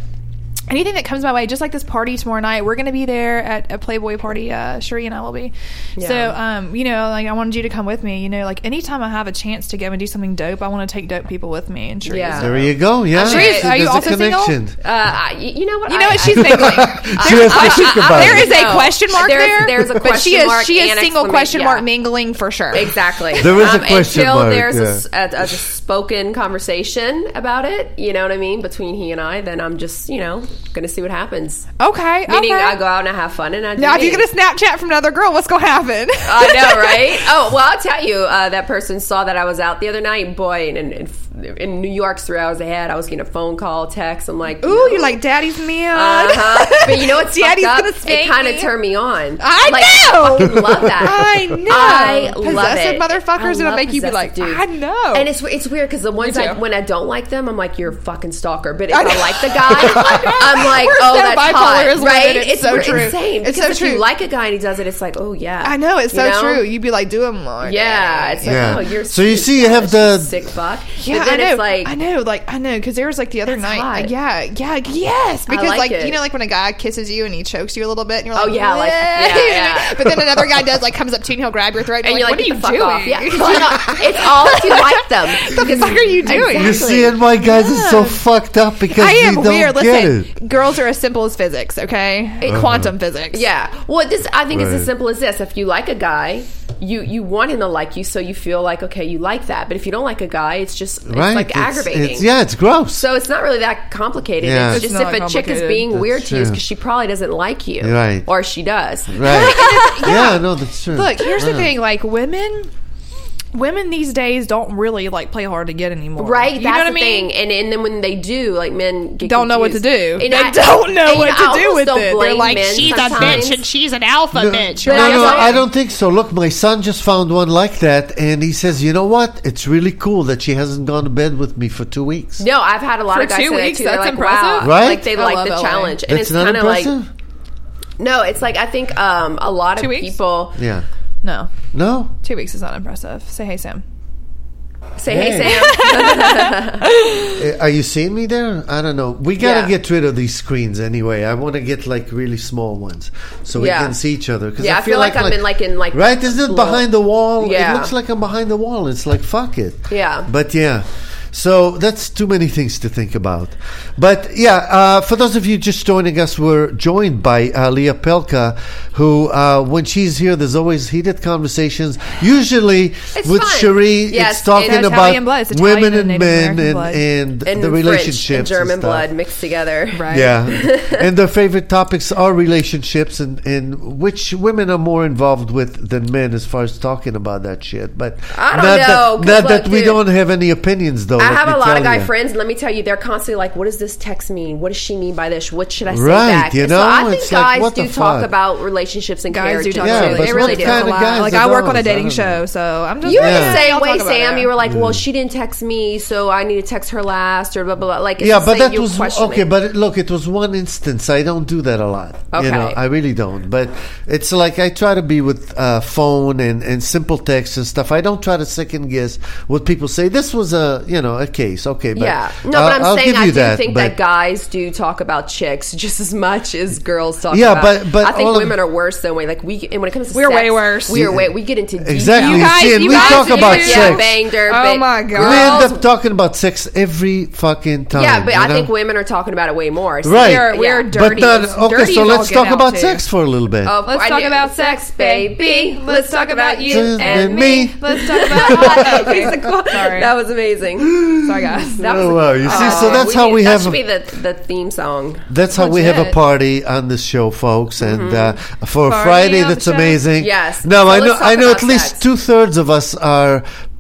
Anything that comes my way, just like this party tomorrow night, we're going to be there at a Playboy party. Uh, Sheree and I will be. So, um, you know, like I wanted you to come with me. You know, like anytime I have a chance to go and do something dope, I want to take dope people with me. And Sheree is Yeah. There you go. Yeah, sure- See, are you there's a also single? Uh, I- y- you know what? You I- know what I- she's thinking. [laughs] She has to think about There is it. a No. question mark There's- there. there's a but she question is mark she is and single exclamation- question yeah. mark mingling for sure. Exactly. Um, There is a question until mark, there's a s- a, a spoken conversation about it, you know what I mean, between he and I, then I'm just, you know, going to see what happens. Okay. Meaning okay. I go out and I have fun and I do now if you me. get a Snapchat from another girl, what's gonna happen? I [laughs] know, right? Oh well, I'll tell you. Uh, that person saw that I was out the other night. Boy, in, in, in New York's three hours ahead, I was getting a phone call, text. I'm like, Ooh, you're like daddy's man. [laughs] uh-huh. But you know what's fucked Daddy's up? gonna spank It kind of me. turned me on. I like, know! [laughs] I fucking love that. [laughs] I know. I possessive love it. motherfuckers I that'll love make you be possessive like, dudes. I know. And it's it's weird because the ones I, Oh. too. when I don't like them, I'm like, you're a fucking stalker. But if I, like [laughs] the guy, I'm like, We're oh, so that's bipolar hot, as women. right? It's so we're true. Insane. It's Because so If true. you like a guy and he does it, it's like, oh yeah, I know, it's so You know? true. You'd be like, do him more. Yeah, it's like, Yeah. oh, you're So you sick, see you have the- sick fuck. Yeah, but then I know. it's like I know, like I know, because there was like the other night. hot. Yeah, yeah, yes, because like like, it. you know, like when a guy kisses you and he chokes you a little bit, and you're Oh, like, yeah, like- yeah, "Bleh." yeah. [laughs] But then another guy does like comes up to you and he'll grab your throat, and, and you're you're like, like, what are you "Get the doing? fuck Off. [laughs] Yeah, why not? it's all if you like them. the fuck are you doing? You see, and why guys is so fucked up because I am we don't weird. get Listen, it. Uh-huh. girls are as simple as physics. Okay, quantum [laughs] physics. Yeah. Well, this I think it's Right. as simple as this. If you like a guy, you you want him to like you, so you feel like okay, you like that. But if you don't like a guy, it's just it's Right? like It's- aggravating. It's, yeah, it's gross. So it's not really that complicated. Yeah. It's It's just not if a chick is complicated. being That's weird to you, true. because she probably doesn't like you, Right. Or she does. [laughs] right? yeah. no, that's true. Look, here's the Yeah. thing. Like women. Women these days don't really like play hard to get anymore. [laughs] Right, You that's know what the I mean? thing, and and then when they do, like men get Don't know what to confused. do. And They [laughs] don't know and what to I do almost with don't it. They're blame like, men she's sometimes. a bitch and she's an alpha bitch. But No, no, that's I it. don't think so. Look, my son just found one like that, and he says, "You know what? It's really cool that she hasn't gone to bed with me for two weeks." No, I've had a lot For of guys two say that weeks, too. They're that's like, impressive. Wow. Right? Like they I like love the LA. challenge, and That's it's not kind of like impressive. no, it's like I think um, a lot Two of weeks? people yeah. No, No. two weeks is not impressive. Say hey, Sam. say, "Hey, Hey. Sam, Uh, Are you seeing me there? I don't know. We gotta Yeah. get rid of these screens anyway. I want to get like really small ones so Yeah. we can see each other. 'Cause Yeah, I feel like I'm in, like, in, like, right. Isn't it little- behind the wall? Yeah. It looks like I'm behind the wall. It's like fuck it. Yeah. But yeah. So that's too many things to think about. But yeah, uh, for those of you just joining us, we're joined by uh, Leah Pelka, who, uh, when she's here, there's always heated conversations. Usually It's with fun. Cherie, Yes, it's talking it's about Italian blood. It's Italian women and and Native men American and, blood. and, and the French relationships and German and stuff. blood mixed together." Right. [laughs] Yeah, and their favorite topics are relationships and, and which women are more involved with than men as far as talking about that shit. But I don't not know, That, not 'cause look, that we dude, don't have any opinions, though. I let have me a lot tell of guy ya. friends, and let me tell you, they're constantly like, "What does this text mean? What does she mean by this? What should I say Right, back?" you so I know? think It's like, guys what the do talk fuck? about relationships and Guys do character talk Yeah, about too. it. but They They what really do. kind of Like, guys like are I work on a those? I dating don't know. show, so I'm just You were Yeah. the Y'all same talk way, about Sam. it. You were like, "Well, she didn't text me, so I need to text her last," or blah blah. blah. Like, it's Yeah, just but like that you're was questioning. okay. But it, look, it was one instance. I don't do that a lot. Okay. You know, I really don't. But it's like I try to be with uh, phone and, and simple text and stuff. I don't try to second guess what people say. This was a you know a case. Okay, but yeah, no, I'll- but I'm I'll saying give I you do that, think but- that guys do talk about chicks [laughs] just as much as girls talk. Yeah, about. but- but I think all of- women are worse than we. Like we, and when it comes to We're sex, way worse. We are way. We get into deep- Exactly. You guys- see, and you we guys talk do about that. sex. Yeah, banged her. Oh but my God. We end girls- up talking about sex every fucking time. yeah, but you I know? think women are talking about it way more. So Right. We are, we Yeah. are But dirty. But as- then, okay, dirty so as all let's get talk out, about too. sex for a little bit. Of- Let's I talk knew- about sex, baby. Let's talk about you Just and and me. me. Let's talk about [laughs] [laughs] Sorry, That was [laughs] amazing. sorry guys. That was Oh, wow. You see, so Uh, that's how need- we that have Should a- be the, the theme song. That's how we Legit. have a party on this show, folks, and uh, Mm-hmm. for a Party Friday, on the that's show. amazing. Yes. Now So I know let's talk I know about at least sex. two thirds of us are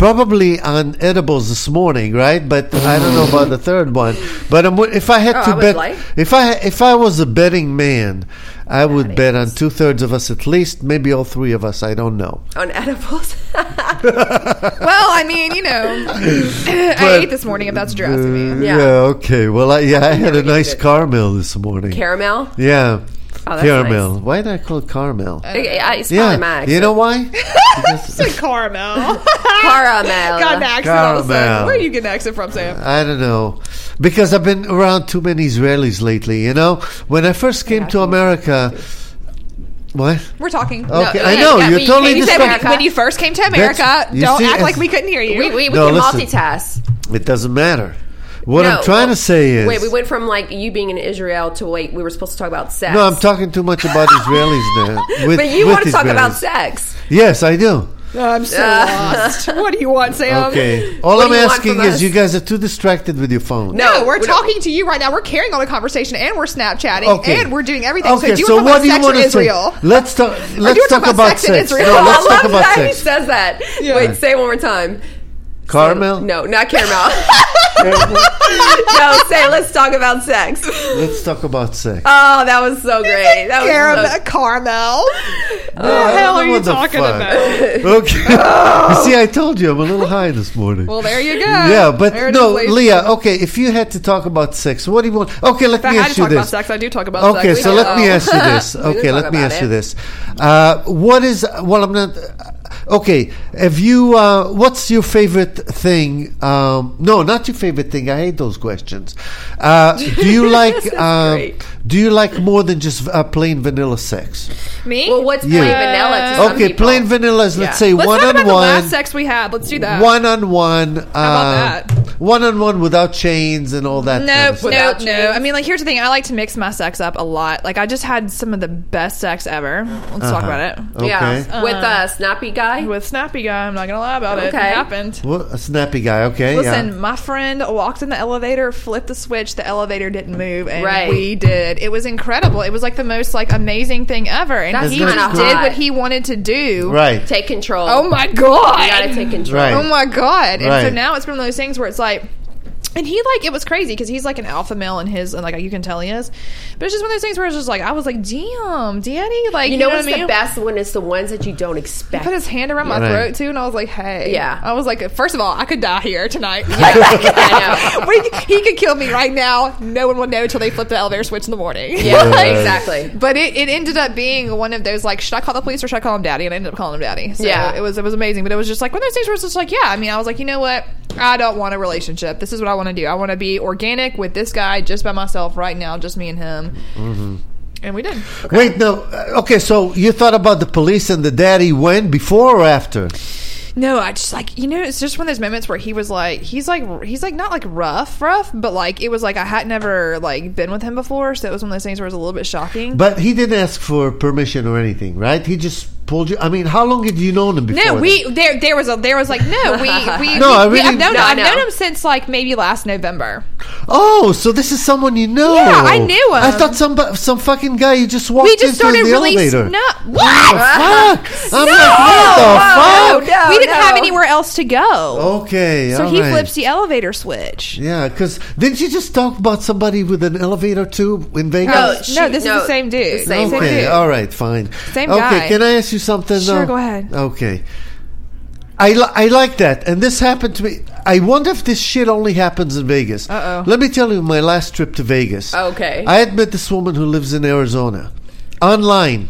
probably on edibles this morning, right? But I don't know about the third one. But I'm, wi- if I had Oh, I to would bet, like. if I if I was a betting man, I would bet on two thirds of us at least, maybe all three of us. I don't know. [laughs] on [laughs] edibles. well, I mean, you know, [laughs] I ate this morning. If that's drastic. Uh, [laughs] me. Yeah. Okay. Well, I, yeah, I had a never nice did. caramel this morning. Caramel. yeah. Oh, that's caramel. Why did I call it caramel? Okay, I- It's probably yeah. my You know why? Said [laughs] Uh, caramel. Caramel. Got an accent. all of a sudden. Caramel. Where are you getting an accent from, Sam? I don't know. Because I've been around too many Israelis lately, you know? When I first came to America. What? We're talking. Okay, No, I know. yeah, You're we- totally You This said when, America. when you first came to America, you don't see, act it's- like we couldn't hear you. We, we, we No, can listen. multitask. It doesn't matter. What No, I'm trying well, to say is. Wait, we went from like you being in Israel to wait, we were supposed to talk about sex. no, I'm talking too much about Israelis now. With, [laughs] But you with want to talk about Israelis. sex. Yes, I do. I'm so lost. What do you want, Sam? Okay. All Um, what I'm do you want asking from is us? you guys are too distracted with your phone. No, we're we don't- talking to you right now. We're carrying on a conversation, and we're Snapchatting, Okay. and we're doing everything. Okay, so, do you so want to what talk do you about want to sex or Israel? say? Let's talk. Let's wanna talk, about, sex. in Israel? No, I let's [laughs] I talk love about that he sex. says that. Yeah. Wait, say it one more time. Carmel. No, not caramel. [laughs] [laughs] no, say let's talk about sex. Let's talk about sex. Oh, that was so great. That was Caramel. so- [laughs] Caramel. The Uh, hell are you what the talking fuck? about? Okay. You See, I told you I'm a little high this morning. Well, there you go. yeah, but There it no, is, ladies. Leah. Okay, if you had to talk about sex, what do you want? Okay, let If I me had to ask you talk about this. sex, I do talk about Okay, sex. so let me know. ask you this. We didn't Okay, talk let me about ask you it. this. Uh, what is? Well, I'm not. Okay, have you? Uh, what's your favorite thing? Um, no, not your favorite thing. I hate those questions. Uh, do you like? This is um, great. do you like more than just uh, plain vanilla sex? me. Well, what's You. plain vanilla to some Okay, people? plain vanilla is let's Yeah. say Let's one talk on about the last one, sex we had. Let's do that. one on one, uh, about that? one on one without chains and all that. kind No, of stuff. no, Without no. chains? I mean, like, here's the thing. I like to mix my sex up a lot. Like, I just had some of the best sex ever. Let's talk Uh-huh. about it. Yeah, Okay. with a snappy guy. Oh. With Snappy Guy, I'm not going to lie about it. It Okay. happened. Well, a snappy guy. Okay, Listen, yeah. my friend walked in the elevator, flipped the switch, the elevator didn't move, and Right. we did. It was incredible. It was like the most like amazing thing ever. And That's he kinda just hot. did what he wanted to do. right, take control. Oh my You gotta god. take control. Right. Oh my god. And so Right. now it's been one of those things where it's like and he like it was crazy because he's like an alpha male in his and like you can tell he is, but it's just one of those things where it's just like I was like, damn, Danny, like You know what what's I mean? the best one is the ones that you don't expect. Put his hand around my Right. throat too, and I was like, "Hey, Yeah. I was like, first of all, I could die here tonight. I know. [laughs] we, he could kill me right now. No one will know until they flip the elevator switch in the morning. Yeah, Right. exactly. [laughs] But it, it ended up being one of those like, should I call the police or should I call him daddy? And I ended up calling him daddy. So Yeah. it was it was amazing. But it was just like one of those things where it's just like, yeah, I mean, I was like, you know what? I don't want a relationship. This is what I want to do. I want to be organic with this guy just by myself right now, just me and him. And we did. Wait, no. uh, Okay, so you thought about the police and the daddy when before or after? No, I just like you know, it's just one of those moments where he was like, he's like, he's like not like rough, rough, but like it was like I had never like been with him before, so it was one of those things where it was a little bit shocking. But he didn't ask for permission or anything, right? He just pulled you. I mean, how long had you known him before? no, that? we there there was a there was like no we [laughs] we No, we, I we- really- I've known No, I I've known know. him since like maybe last November. Oh, so this is someone you know? Yeah, I knew him. I thought some some fucking guy you just walked We just into started in the really elevator. no What the what [laughs] fuck? I'm whoa, like, what the fuck? no, no. we didn't have anywhere else to go, Okay, so all he right. flips the elevator switch. Yeah, because didn't you just talk about somebody with an elevator too in Vegas? No, she- no, this no, is the same dude. the same Same Okay, dude. all right, fine. Same okay, guy. can I ask you something? Sure, though? go ahead. Okay. I, li- I like that, and this happened to me. I wonder if this shit only happens in Vegas. Uh-oh. Let me tell you my last trip to Vegas. Okay. I had met this woman who lives in Arizona, online.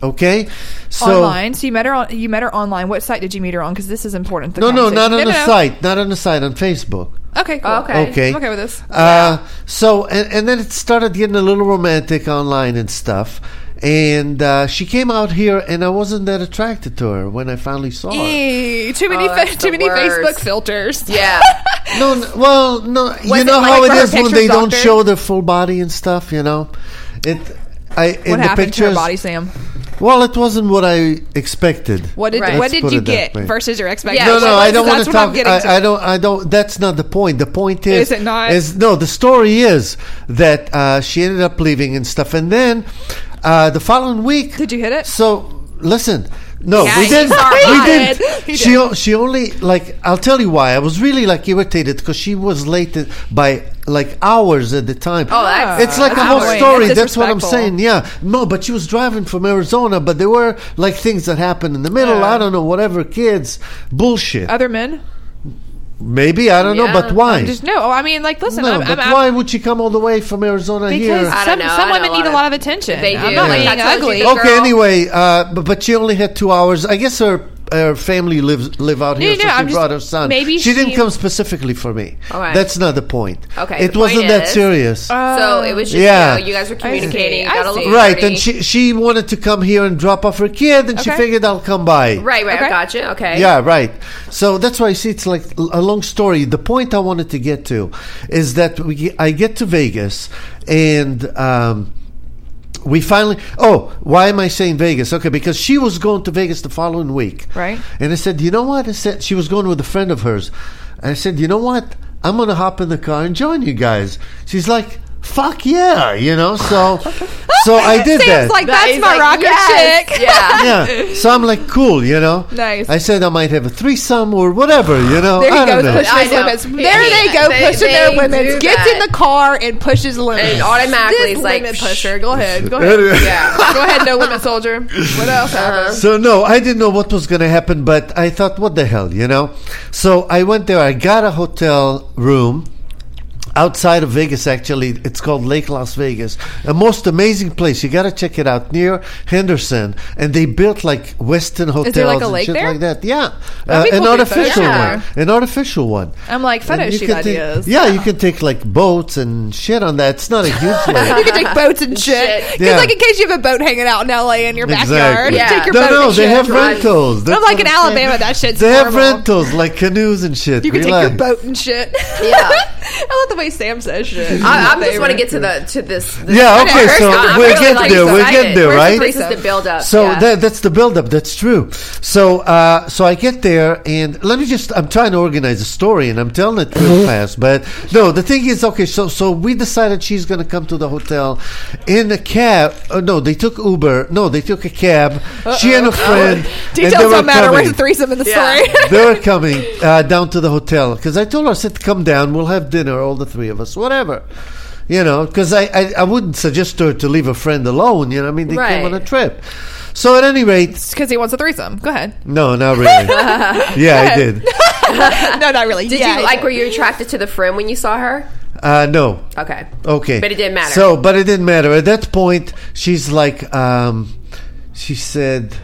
Okay, so online. So you met her. On, you met her online. What site did you meet her on? Because this is important. for the no, no, not conversation. on the no. site, not on the site on Facebook. Okay, cool. Okay. Okay. I'm okay with this. Uh, so, and, and then it started getting a little romantic online and stuff. And uh, she came out here, and I wasn't that attracted to her when I finally saw her. Eee, too many, Oh, fa- that's too the many worst. Facebook filters. Yeah. No, no well, no, Was you it know like how it for her is when they pictures, don't doctor? show their full body and stuff. You know, it. I in What the happened to pictures. her body, Sam? Well, it wasn't what I expected. What did Right. What Let's did put you it that get way. versus your expectations? No, Yeah, no, well, I don't want That's to what I'm talk. getting to. I, I don't. I don't. That's not the point. The point is, Is it not? Is no. The story is that uh, she ended up leaving and stuff, and then uh, the following week, Did you hit it? So listen. No, Yeah, we he didn't. saw We it. [laughs] didn't. He She o- she only like I'll tell you why. I was really like irritated because she was late by like hours at the time. Oh, that's- it's like a Uh, that's whole annoying. story. That's That's what I'm saying. disrespectful. Yeah, no, but she was driving from Arizona, but there were like things that happened in the middle. Yeah. Uh, I don't know, whatever. Kids, bullshit. Other men? Maybe I don't know, Yeah. but why? Just no. Oh, I mean, like, listen, no, I'm, but I'm, why would she come all the way from Arizona because here? I some, don't know. some I women know need a lot of attention. They I'm do. not Like, being I told you ugly. the- Okay. girl. Anyway, uh, but, but she only had two hours. I guess her her family lives live out here, no, so I'm she just- brought her son. maybe she, didn't she- come specifically for me. All right. That's not the point. Okay, it the wasn't point that is- serious. Oh. So it was just Yeah. you know you guys were see. communicating, I got a see. little right, dirty. and she she wanted to come here and drop off her kid, and she Okay. figured I'll come by. right, right, Okay. I gotcha. Okay, Yeah, right. So that's why I see it's like l- a long story. The point I wanted to get to is that we ge- I get to Vegas and um, we finally. Oh, why am I saying Vegas? Okay, because she was going to Vegas the following week, Right. And I said, you know what? I said she was going with a friend of hers. And I said, you know what? I'm gonna hop in the car and join you guys. She's like. Fuck yeah, you know. [laughs] So, so I did that Sam's like, that's He's my like, rocker yes, chick. Yeah. yeah. So I'm like, cool, you know. Nice. I said I might have a threesome or whatever, you know. There I he don't goes know. pushing I his know. limits. There He- they go they- pushing they their do limits. Gets in that. the car and pushes limits. And automatically This it's like, limit psh. pusher. Go ahead. Go ahead. Anyway, [laughs] Go ahead. No limit [laughs] soldier. What else? happened? So no, I didn't know what was going to happen, but I thought, what the hell, you know. So I went there. I got a hotel room. Outside of Vegas, actually, it's called Lake Las Vegas, a most amazing place. You got to check it out near Henderson, and they built like Western hotels there, like, a and lake shit there? like that. Yeah, Uh, That'd be an cool to do artificial one, photos. an artificial one. I'm like, photo And you shoot can take- ideas. yeah, you can take like boats and shit on that. It's not a huge [laughs] lake. You [laughs] can take boats and shit. Shit. Because, Yeah. like, in case you have a boat hanging out in LA in your backyard, Yeah. take your no, boat no, and they shit. have Right. rentals. That's I'm like what in saying. Alabama. That shit's They have horrible. rentals like canoes and shit. You can Relax. take your boat and shit. Yeah. [laughs] I love the way Sam says shit. I, [laughs] I just want to get to the to this. this Yeah, okay, First, so I'm we'll really, get like, there, we'll excited. get there, Where's right? The, this is the build up. So that, that's the buildup. That's true. So uh, so I get there and let me just. I'm trying to organize a story and I'm telling it [laughs] real fast. But no, the thing is, okay. So so we decided she's gonna come to the hotel in a cab. Uh, no, they took Uber. No, they took a cab. She and a friend. and they [laughs] Details don't were matter. Where's coming. the threesome in the Yeah. story? [laughs] they were coming uh, down to the hotel because I told her, I said, come down, we'll have dinner, all the three of us, whatever. You know, because I, I, I wouldn't suggest her to leave a friend alone. You know, I mean, they Right. came on a trip. So at any rate, Because he wants a threesome. [laughs] Go ahead. no, not really. yeah, I did. no, not really. did you like? Were you attracted to the friend when you saw her? Uh, no. Okay. Okay. But it didn't matter. So, but it didn't matter. At that point, she's like, um, she said,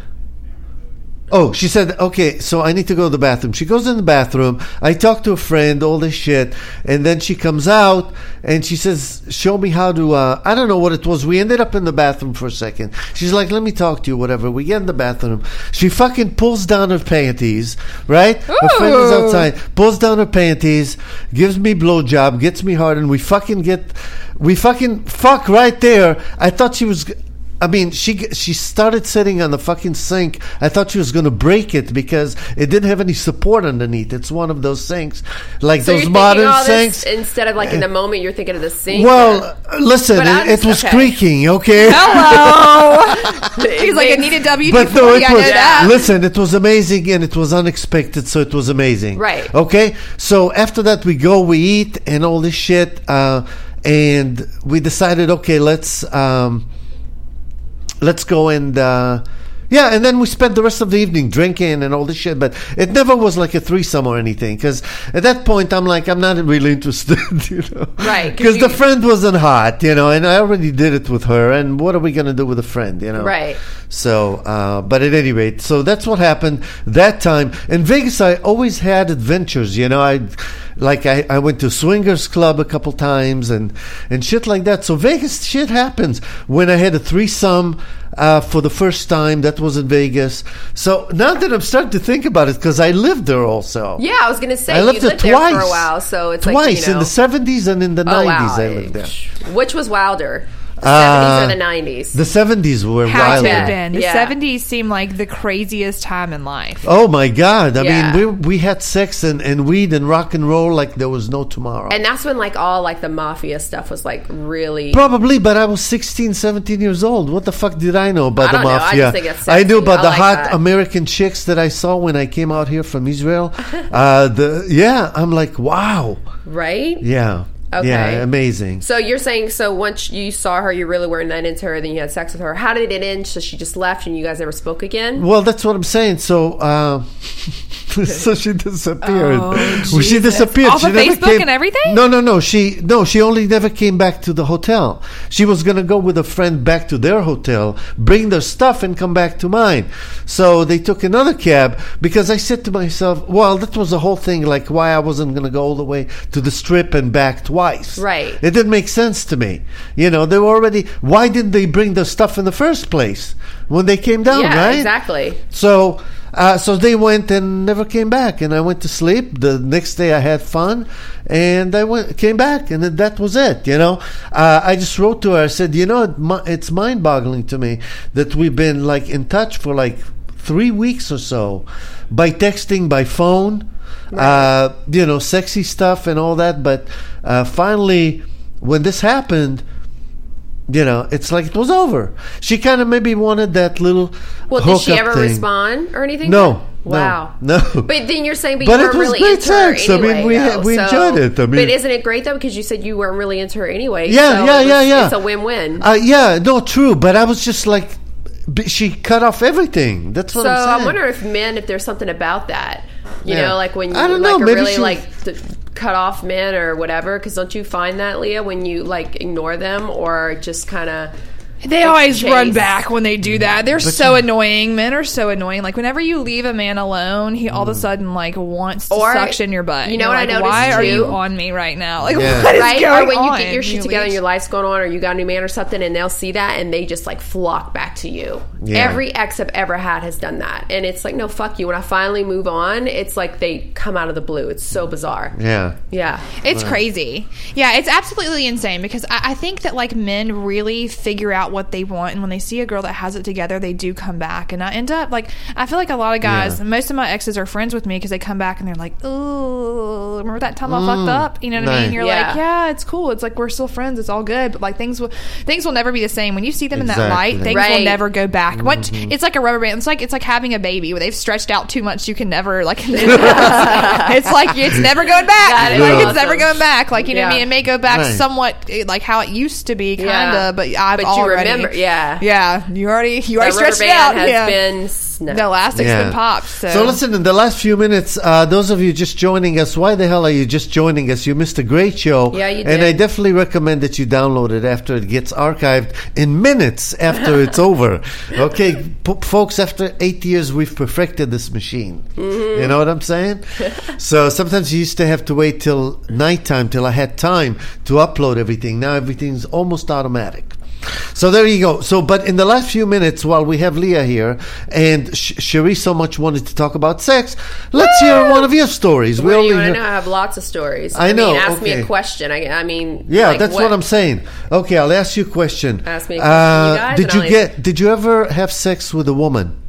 Oh, she said, okay, so I need to go to the bathroom. She goes in the bathroom. I talk to a friend, all this shit. And then she comes out and she says, show me how to, uh, I don't know what it was. We ended up in the bathroom for a second. She's like, let me talk to you, whatever. We get in the bathroom. She fucking pulls down her panties, right? Her friend is outside, pulls down her panties, gives me blowjob, gets me hard, and we fucking get, we fucking fuck right there. I thought she was, g- I mean, she g- she started sitting on the fucking sink. I thought she was going to break it because it didn't have any support underneath. It's one of those sinks, like So those you're thinking modern all this sinks. instead of like in the moment you're thinking of the sink. [laughs] Well, uh, listen, But it, I'm- it was okay. creaking, [laughs] okay? he's He's like, I needed W. but no, it was. that. Listen, it was amazing and it was unexpected, so it was amazing. Right. Okay. So after that, we go, we eat, and all this shit, uh, and we decided, okay, let's um, let's go and. Uh, yeah, and then we spent the rest of the evening drinking and all this shit, but it never was like a threesome or anything. Because at that point, I'm like, I'm not really interested, [laughs] you know. Right, 'cause Because the you- friend wasn't hot, you know, and I already did it with her. And what are we gonna do with a friend, you know? Right. So, uh, but at any rate, so that's what happened that time in Vegas. I always had adventures, you know. I like I, I went to swingers club a couple times and and shit like that. So Vegas shit happens. When I had a threesome uh, for the first time, that was in Vegas. So now that I'm starting to think about it, because I lived there also. yeah, I was gonna say I you lived there lived there twice for a while, so it's twice like you know, in the seventies and in the oh, nineties. wow. I lived there. Which was wilder? seventies or Uh, the nineties. The seventies were Had wild. to have Yeah. been. The Yeah. 70s seemed like the craziest time in life. Oh my God! I Yeah. mean, we we had sex and, and weed and rock and roll like there was no tomorrow. And that's when like all like the mafia stuff was like really Probably, but I was 16, 17 years old. What the fuck did I know about I the don't know. I just mafia? think it's I knew sexy. about I the like hot that. American chicks that I saw when I came out here from [laughs] Israel. uh, the yeah, I'm like wow, right. yeah, Okay. yeah, amazing. So you're saying so once you saw her, you really weren't that into her, then you had sex with her. How did it end? So she just left, and you guys never spoke again. Well, that's what I'm saying. So, uh, [laughs] so she disappeared. Oh, Well, she Jesus. disappeared. Off she of Facebook and everything? No, no, no. She no. She only never came back to the hotel. She was gonna go with a friend back to their hotel, bring their stuff, and come back to mine. So they took another cab because I said to myself, "Well, that was the whole thing. Like, why I wasn't gonna go all the way to the strip and back twice? Right. It didn't make sense to me. You know, they were already. Why didn't they bring their stuff in the first place when they came down? yeah, right? exactly. So, uh, so they went and never came back. And I went to sleep. The next day, I had fun, and I went came back, and then that was it. You know, uh, I just wrote to her. I said, you know, it, mi- it's mind boggling to me that we've been like in touch for like three weeks or so, by texting, by phone, uh, you know, sexy stuff and all that. But uh, finally, when this happened. You know, it's like it was over. She kind of maybe wanted that little. Well, did she hookup ever thing. respond or anything? No. no, Wow. No. But then you're saying, but, But you it weren't was really great into her sex. I mean, anyway. we- though, we so- enjoyed it. I mean- but isn't it great though? Because you said you weren't really into her anyway. yeah, yeah, so it yeah, was- yeah. It's a win-win. Uh, yeah, no, true. But I was just like, b- she cut off everything. That's what so I'm saying. I wonder if men, if there's something about that, you Yeah. know, like when you I don't like know, are maybe really she- like th- cut off men or whatever. Because don't you find that, Leah, when you like ignore them or just kind of They always chase. run back when they do that. They're so annoying. Men are so annoying. Like whenever you leave a man alone, he all of a sudden like wants to Mm. Or- suction your butt. you know You're what I like, noticed, Why are too? you on me right now? Like [laughs] Yeah. what is right? going Or when on? you get your shit together and your life's going on, or you got a new man or something, and they'll see that and they just like flock back to you. Yeah. Every ex I've ever had has done that, and it's like no fuck you. When I finally move on, it's like they come out of the blue. It's so bizarre. Yeah. Yeah. It's crazy. Yeah, it's absolutely insane because I, I think that like men really figure out what they want, and when they see a girl that has it together, they do come back. And I end up like I feel like a lot of guys. Yeah. Most of my exes are friends with me because they come back and they're like, "Ooh, remember that time I fucked up?" You know what I mean? Mm. nice. And you're Yeah. like, "Yeah, it's cool. It's like we're still friends. It's all good." But like things will things will never be the same when you see them in that light. Exactly. Things Right. will never go back. Once Mm-hmm. it's like a rubber band. It's like it's like having a baby where they've stretched out too much. You can [laughs] never like. [laughs] it's like it's never going back. That is like awesome. it's never going back. Like you know, what I Yeah. mean, it may go back Right. somewhat eh, like how it used to be, kind of. Yeah. But I've But you already, remember- yeah. yeah. You already, The you already rubber stretched it out. band has yeah, been snapped. the elastic's been popped. So, listen, in the last few minutes, uh, those of you just joining us, why the hell are you just joining us? You missed a great show. Yeah, you And did. I definitely recommend that you download it after it gets archived in minutes after it's over. Okay, p- folks, after eight years, we've perfected this machine. You know what I'm saying? so sometimes you used to have to wait till nighttime, till I had time to upload everything. Now everything's almost automatic. So there you go. So, but in the last few minutes, while we have Leah here and Sh- Cherie so much wanted to talk about sex, let's hear one of your stories. What do you only want to hear- know? I have lots of stories. I know, Mean, ask me okay. a question. I, I mean, Yeah, like, that's what? I'm saying. Okay, I'll ask you a question. Uh, Ask me a question, you guys, did and you I'll get? Did you ever have sex with a woman?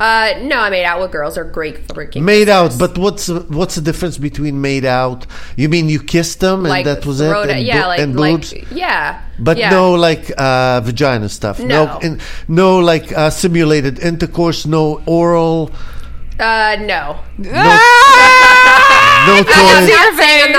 Uh, no, I made out with girls. Are great freaking Made out, but what's what's the difference between made out? You mean you kissed them and like that was it, throw and, yeah, boo- like, and like- boobs? yeah, But yeah. no, like uh, vagina stuff. No. in, no, like uh, simulated intercourse. No oral. uh, no. Ah! No I'm toys. not saying I'm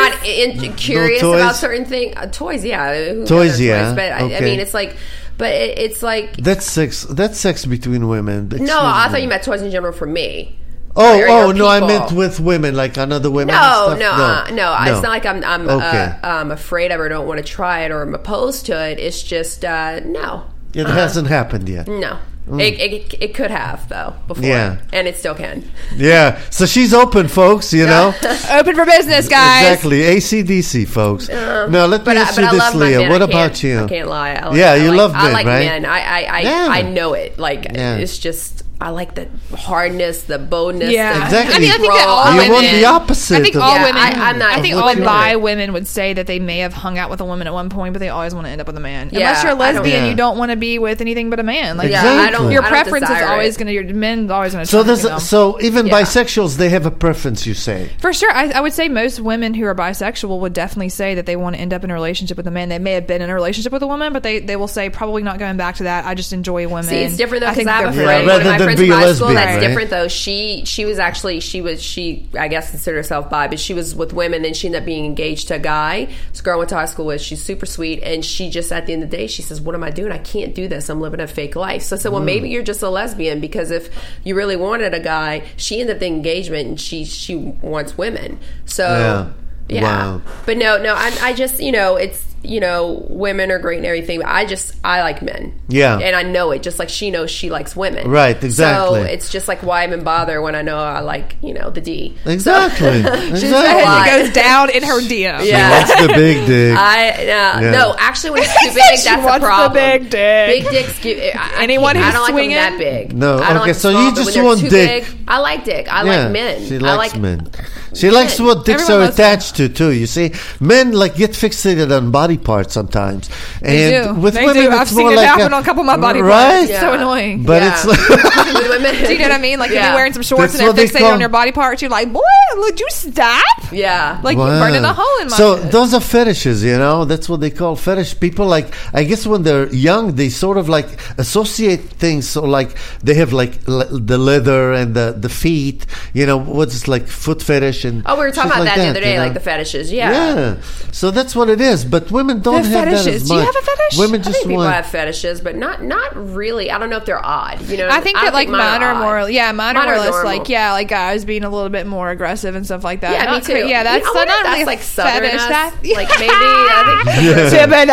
not in- curious toys? about certain things. Uh, toys, yeah, Who Toys, other yeah, But I, I okay. mean, it's like, but it, it's like. That's sex. That's sex between women. Excuse no, I me. thought you meant toys in general for me. Oh, or oh your no, I people. meant with women, like another women. No, and stuff? no, uh, no, I It's not like I'm I'm Okay. uh, um, afraid of or don't want to try it or I'm opposed to it. It's just uh, no, It hasn't happened yet. no. It, it, it could have though before, Mm. Yeah. and it still can. Yeah, so she's open, folks. You [laughs] know open for business, guys. exactly. ACDC, folks. now let me Um, But, I, ask but I you this, love my Leah. men. What I about can't- you? I can't lie. I like, Yeah, I you like, love I men, like right? men. I I, I, Yeah. I know it. Like Yeah. it's just I like the hardness, the boldness. Yeah. the Exactly. I mean, I think that control. all You women. want the opposite I think of- all Yeah, women. I- I'm not I think with all you. bi women would say that they may have hung out with a woman at one point, but they always want to end up with a man. Yeah, Unless you're a I don't- lesbian, Yeah. you don't want to be with anything but a man. Like Yeah, I don't. Exactly. your I don't preference is desire always it. going to your men's always going to. So there's them. so even Yeah. bisexuals they have a preference. You say For sure, I, I would say most women who are bisexual would definitely say that they want to end up in a relationship with a man. They may have been in a relationship with a woman, but they, they will say probably not going back to that. I just enjoy women. See, it's different though because I, they're have a pretty. friend, Yeah, one of rather than my friends be from a high school. lesbian, That's right? different though. She she was actually she was she I guess considered herself bi, but she was with women. Then she ended up being engaged to a guy. This girl I went to high school with. She's super sweet, and she just at the end of the day she says, "What am I doing? I can't do this. I'm living a fake life." So I said, "Well, Mm. maybe you're just a lesbian because if you really wanted a guy, she ended up the engagement, and she she wants women. So Yeah. yeah." Wow. But no, no, I, I just, you know, it's, you know, women are great and everything. But I just, I like men. Yeah. And I know it, just like she knows she likes women. Right, exactly. So it's just like, why even bother when I know I like, you know, the D? So- [laughs] exactly, why? [laughs] exactly. Goes down in her DM. She yeah. wants the big dick. [laughs] I uh, Yeah. no, actually, [laughs] when it's too big, that's a wants the problem. big dick. Big dicks. Give, I- I, Anyone can't- who's I don't swinging? like them that big. No, I don't okay, Like them so you small, but just when they're want too dick. Big, I like dick. I Yeah, like men. She I likes like men. She likes men. what dicks Everyone are loves attached to too. You see, men like get fixated on body parts sometimes, and do. with They women, do. it's I've more seen it like happen on a couple of my body right? parts. Yeah. So annoying. But Yeah. it's [laughs] like, With women. Do you know what I mean? Like if Yeah. you're wearing some shorts That's what and they they're fixated call- on your body parts, you're like, boy, would you stop? Yeah. Like you're burning a hole in my. So those are fetishes, you know. That's what they call fetish. People like, I guess, when they're young, they sort of like associate things. So like they have like le- the leather and the the feet. You know, what's like foot fetish and Oh, we were talking shit about like that, the other you day, know? like the fetishes. Yeah. So that's what it is. But women don't The have that fetishes. as Do you much. have a fetish? Women I just think people want. have fetishes, but not not really. I don't know if they're odd. You know, I think don't that like mine are more, odd. yeah, mine are more or less normal. like, yeah, like guys being a little bit more aggressive and stuff like that. yeah, me Not cra- too. Yeah, that's I not, wonder if not really that's like southern fetish. us. That, like maybe. [laughs] I think Thibodeau.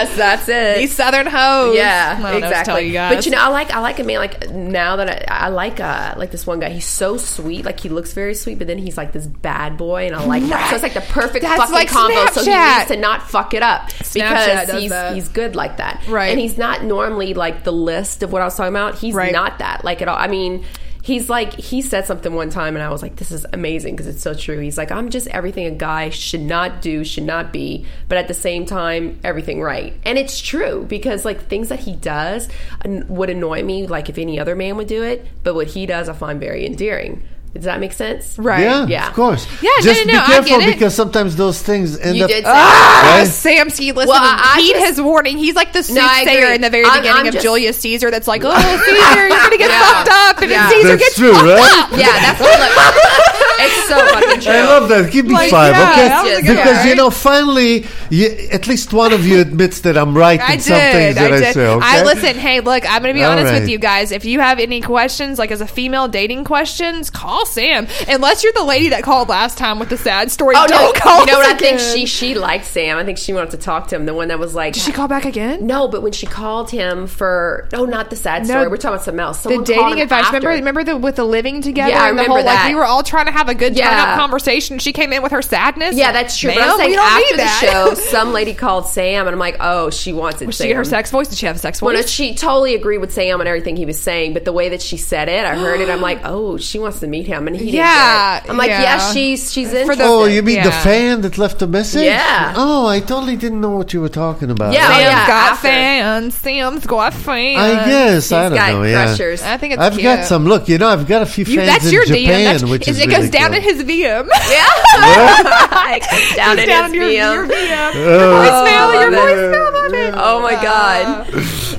Yes, that's it. These southern hoes. yeah, I don't know what to exactly. tell you guys. But you know, I like I like a man like now that I, I like uh like this one guy. He's so sweet. Like he looks very sweet, but then he's like this bad boy, and I like that. So it's like the perfect That's fucking like combo. So he Snapchat. needs to not fuck it up Snapchat because does he's that. he's good like that. Right. And he's not normally like the list of what I was talking about. He's Right. not that like at all. I mean. He's like he said something one time, and I was like, "This is amazing because it's so true." He's like, "I'm just everything a guy should not do, should not be, but at the same time, everything right." And it's true because like things that he does an- would annoy me, like if any other man would do it, but what he does, I find very endearing. Does that make sense? Right. Yeah, Yeah. of course. Yeah, no, just no, be no, I careful get it. because sometimes those things end You up. did. Ah, [laughs] Right? Samsky, listen, Well, I- I heed just- his warning. He's like the No, I soothsayer agree. in the very I'm- beginning I'm of just- Julius Caesar [laughs] that's like, oh, Caesar, you're going to get Yeah. fucked up. And Yeah. then Caesar That's gets true, fucked right? up. Yeah, that's what. Look, [laughs] it's so fucking true. I love that. Give me Like, five, yeah, okay? that was a good because one, you right? know, finally, you, at least one of you admits that I'm right I in some things did. that I, I did. say. Okay? I listen. Hey, look. I'm going to be All honest right. with you guys. If you have any questions, like as a female dating questions, call Sam. Unless you're the lady that called last time with the sad story. Oh don't no! call. you know what us I think? again. She she liked Sam. I think she wanted to talk to him. The one that was like, Did she call back again? No, but when she called him for oh, not the sad story. We're talking about something else. Someone the called dating him advice. after. Remember, remember the with the living together Yeah, I and the remember whole that. like we were all trying to have a good Yeah. turn up conversation. She came in with her sadness. Yeah, that's true. But Ma'am, I'm saying we don't after need the that. [laughs] show, some lady called Sam, and I'm like, oh, she wants it. Did Sam. she get her sex voice? Did she have a sex Well, no, voice? she totally agreed with Sam and everything he was saying, but the way that she said it, I heard it. [gasps] I'm like, oh, she wants to meet him, and he Yeah, didn't get it. I'm like, yeah. yeah, she's she's For interested. the- Oh, you mean the Yeah. fan that left the message? Yeah. Oh, I totally didn't know what you were talking about. Yeah, I- Sam's oh, yeah, got after. fans. Sam's got fans. I guess I He's don't got know. Yeah. crushers. I think it's I've cute. got some. Look, you know, I've got a few fans You, that's in your DM. Japan, That's, which is it really goes down cool. in his VM. yeah, [laughs] It's down in down his in your, DM. your VM. Oh, I voicemail. Your love it. voicemail. I love it. Oh [laughs] my god.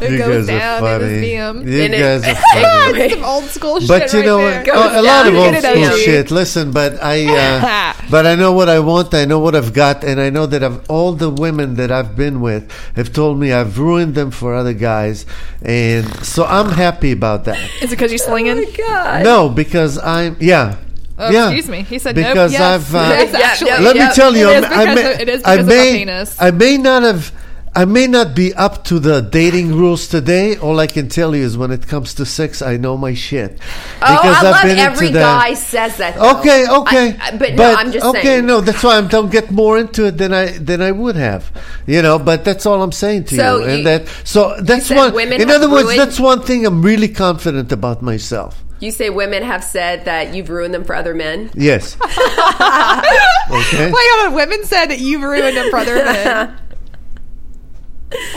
It You goes guys are down in funny. his DM. You And it- guys [laughs] [laughs] are funny. Anyway. Some old school shit. But you right know, there. uh, a lot down of to old get it school out. shit. Listen, but I, [laughs] uh, but I know what I want. I know what I've got, and I know that I've, all the women that I've been with have told me I've ruined them for other guys, and so I'm happy about that. Is it because you're [laughs] slinging? Oh my god. No, because I'm yeah. Oh, yeah. excuse me. He said nope. because Yes. I've. Uh, [laughs] Yes, Yeah, actually. Oh, yeah, Let me Yep. tell you, It is I because may, of- it is I because of may, my penis. I may not have. I may not be up to the dating rules today. All I can tell you is when it comes to sex, I know my shit. Oh, I love into every the- guy says that. though. Okay, I- okay, I- but, no, I'm just okay. saying. No, that's why I don't get more into it than I than I would have, you know. But that's all I'm saying to So you, and you- that so that's said one. women in have other words, ruined- that's one thing I'm really confident about myself. You say women have said that you've ruined them for other men. [laughs] Yes. okay. Wait, hold on. Women said that you've ruined [laughs] a brotherhood.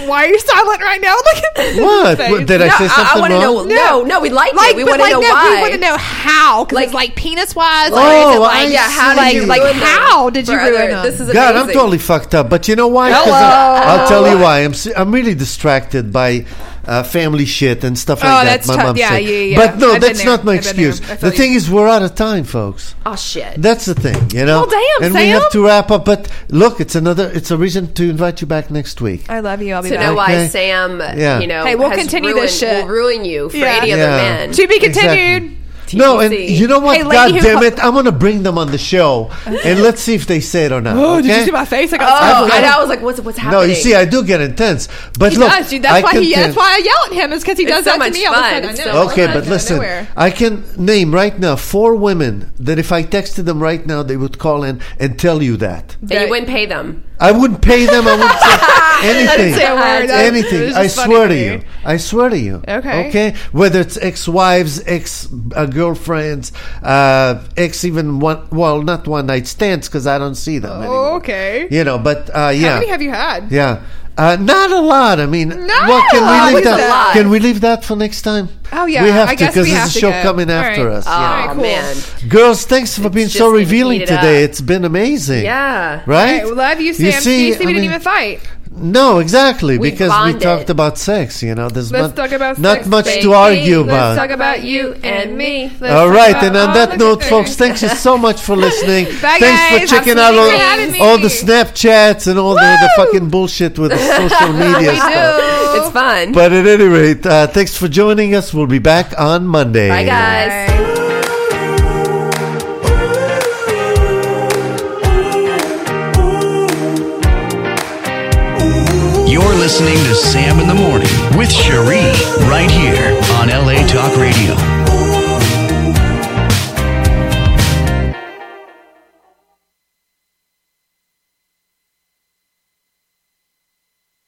Why are you silent right now? [laughs] Look at What? Face. What, Did I say something want to know. wrong? No, no, we like, Like, it. We want but to like, know no, why. We want to know how, because Like- like, like penis wise. Oh, like, is it I like, Yeah, how did like, you like ruin them how did you for ruin other- them? This is amazing. God, I'm totally fucked up. But you know why? 'Cause I, Oh. I'll tell you why. I'm s- I'm really distracted by uh, family shit and stuff like that. Oh, that's my tough. mom Yeah, said. yeah, yeah. But no, I've been that's there. not my I've been there. excuse. I feel The you. thing is, we're out of time, folks. Oh shit. [laughs] That's the thing, you know. Well, damn, and we have Sam. to wrap up. But look, it's another. It's a reason to invite you back next week. I love you. I'll be to back. know Okay. why Sam, Yeah. you know, Hey, we'll has continue ruined, this shit. Will ruin you for Yeah. any other Yeah. man. To be continued. Exactly. No, and TBC. you know what? Hey, God lady who damn co- it! I'm gonna bring them on the show, [laughs] and let's see if they say it or not. [gasps] Oh, okay? did you see my face? I got Oh, I've- I, I've- know, I was like, what's what's happening? No, you see, I do get intense, but He look, does. dude. That's I why can he. That's tell- why I yell at him. Is because he does so that much to me all the fun. time. I It's know. so All the Okay, time, but out of listen, nowhere. I can name right now four women that if I texted them right now, they would call in and tell you that. and you wouldn't pay them. I wouldn't pay them. I wouldn't [laughs] say anything. I didn't say a word. That- it anything. was I just swear to funny you. I swear to you. Okay. Okay. Whether it's ex-wives, ex-girlfriends, uh, ex even one. Well, not one night stands because I don't see them anymore. Oh, Okay. You know, but uh, yeah. How many have you had? yeah. Uh, not a lot. I mean, well, can we always leave a that? lot. Can we leave that for next time? Oh, yeah, we have I to guess we because have there's a to show go. coming All after right. Uh, us. Oh yeah. cool. [laughs] man. Girls, thanks for being just so gonna revealing heat it today. up. It's been amazing. Yeah. Right? uh, All right, love you, Sam. See, see, we I didn't mean- even fight. No, exactly, We because we bonded. talked about sex. You know, there's Let's not, talk about not sex, much baby. to argue Let's about. Let's talk about you and me. Let's all talk right, about Oh, and on all that the note, good folks, things. thank you so much [laughs] for listening. Bye, thanks guys. for checking out Thanks all, for having all the me. Snapchats and all the, the Woo! fucking bullshit with the [laughs] social media We stuff. do. It's fun. But at any rate, uh, thanks for joining us. We'll be back on Monday. Bye guys. You're listening to Sam in the Morning with Cherie right here on LA Talk Radio.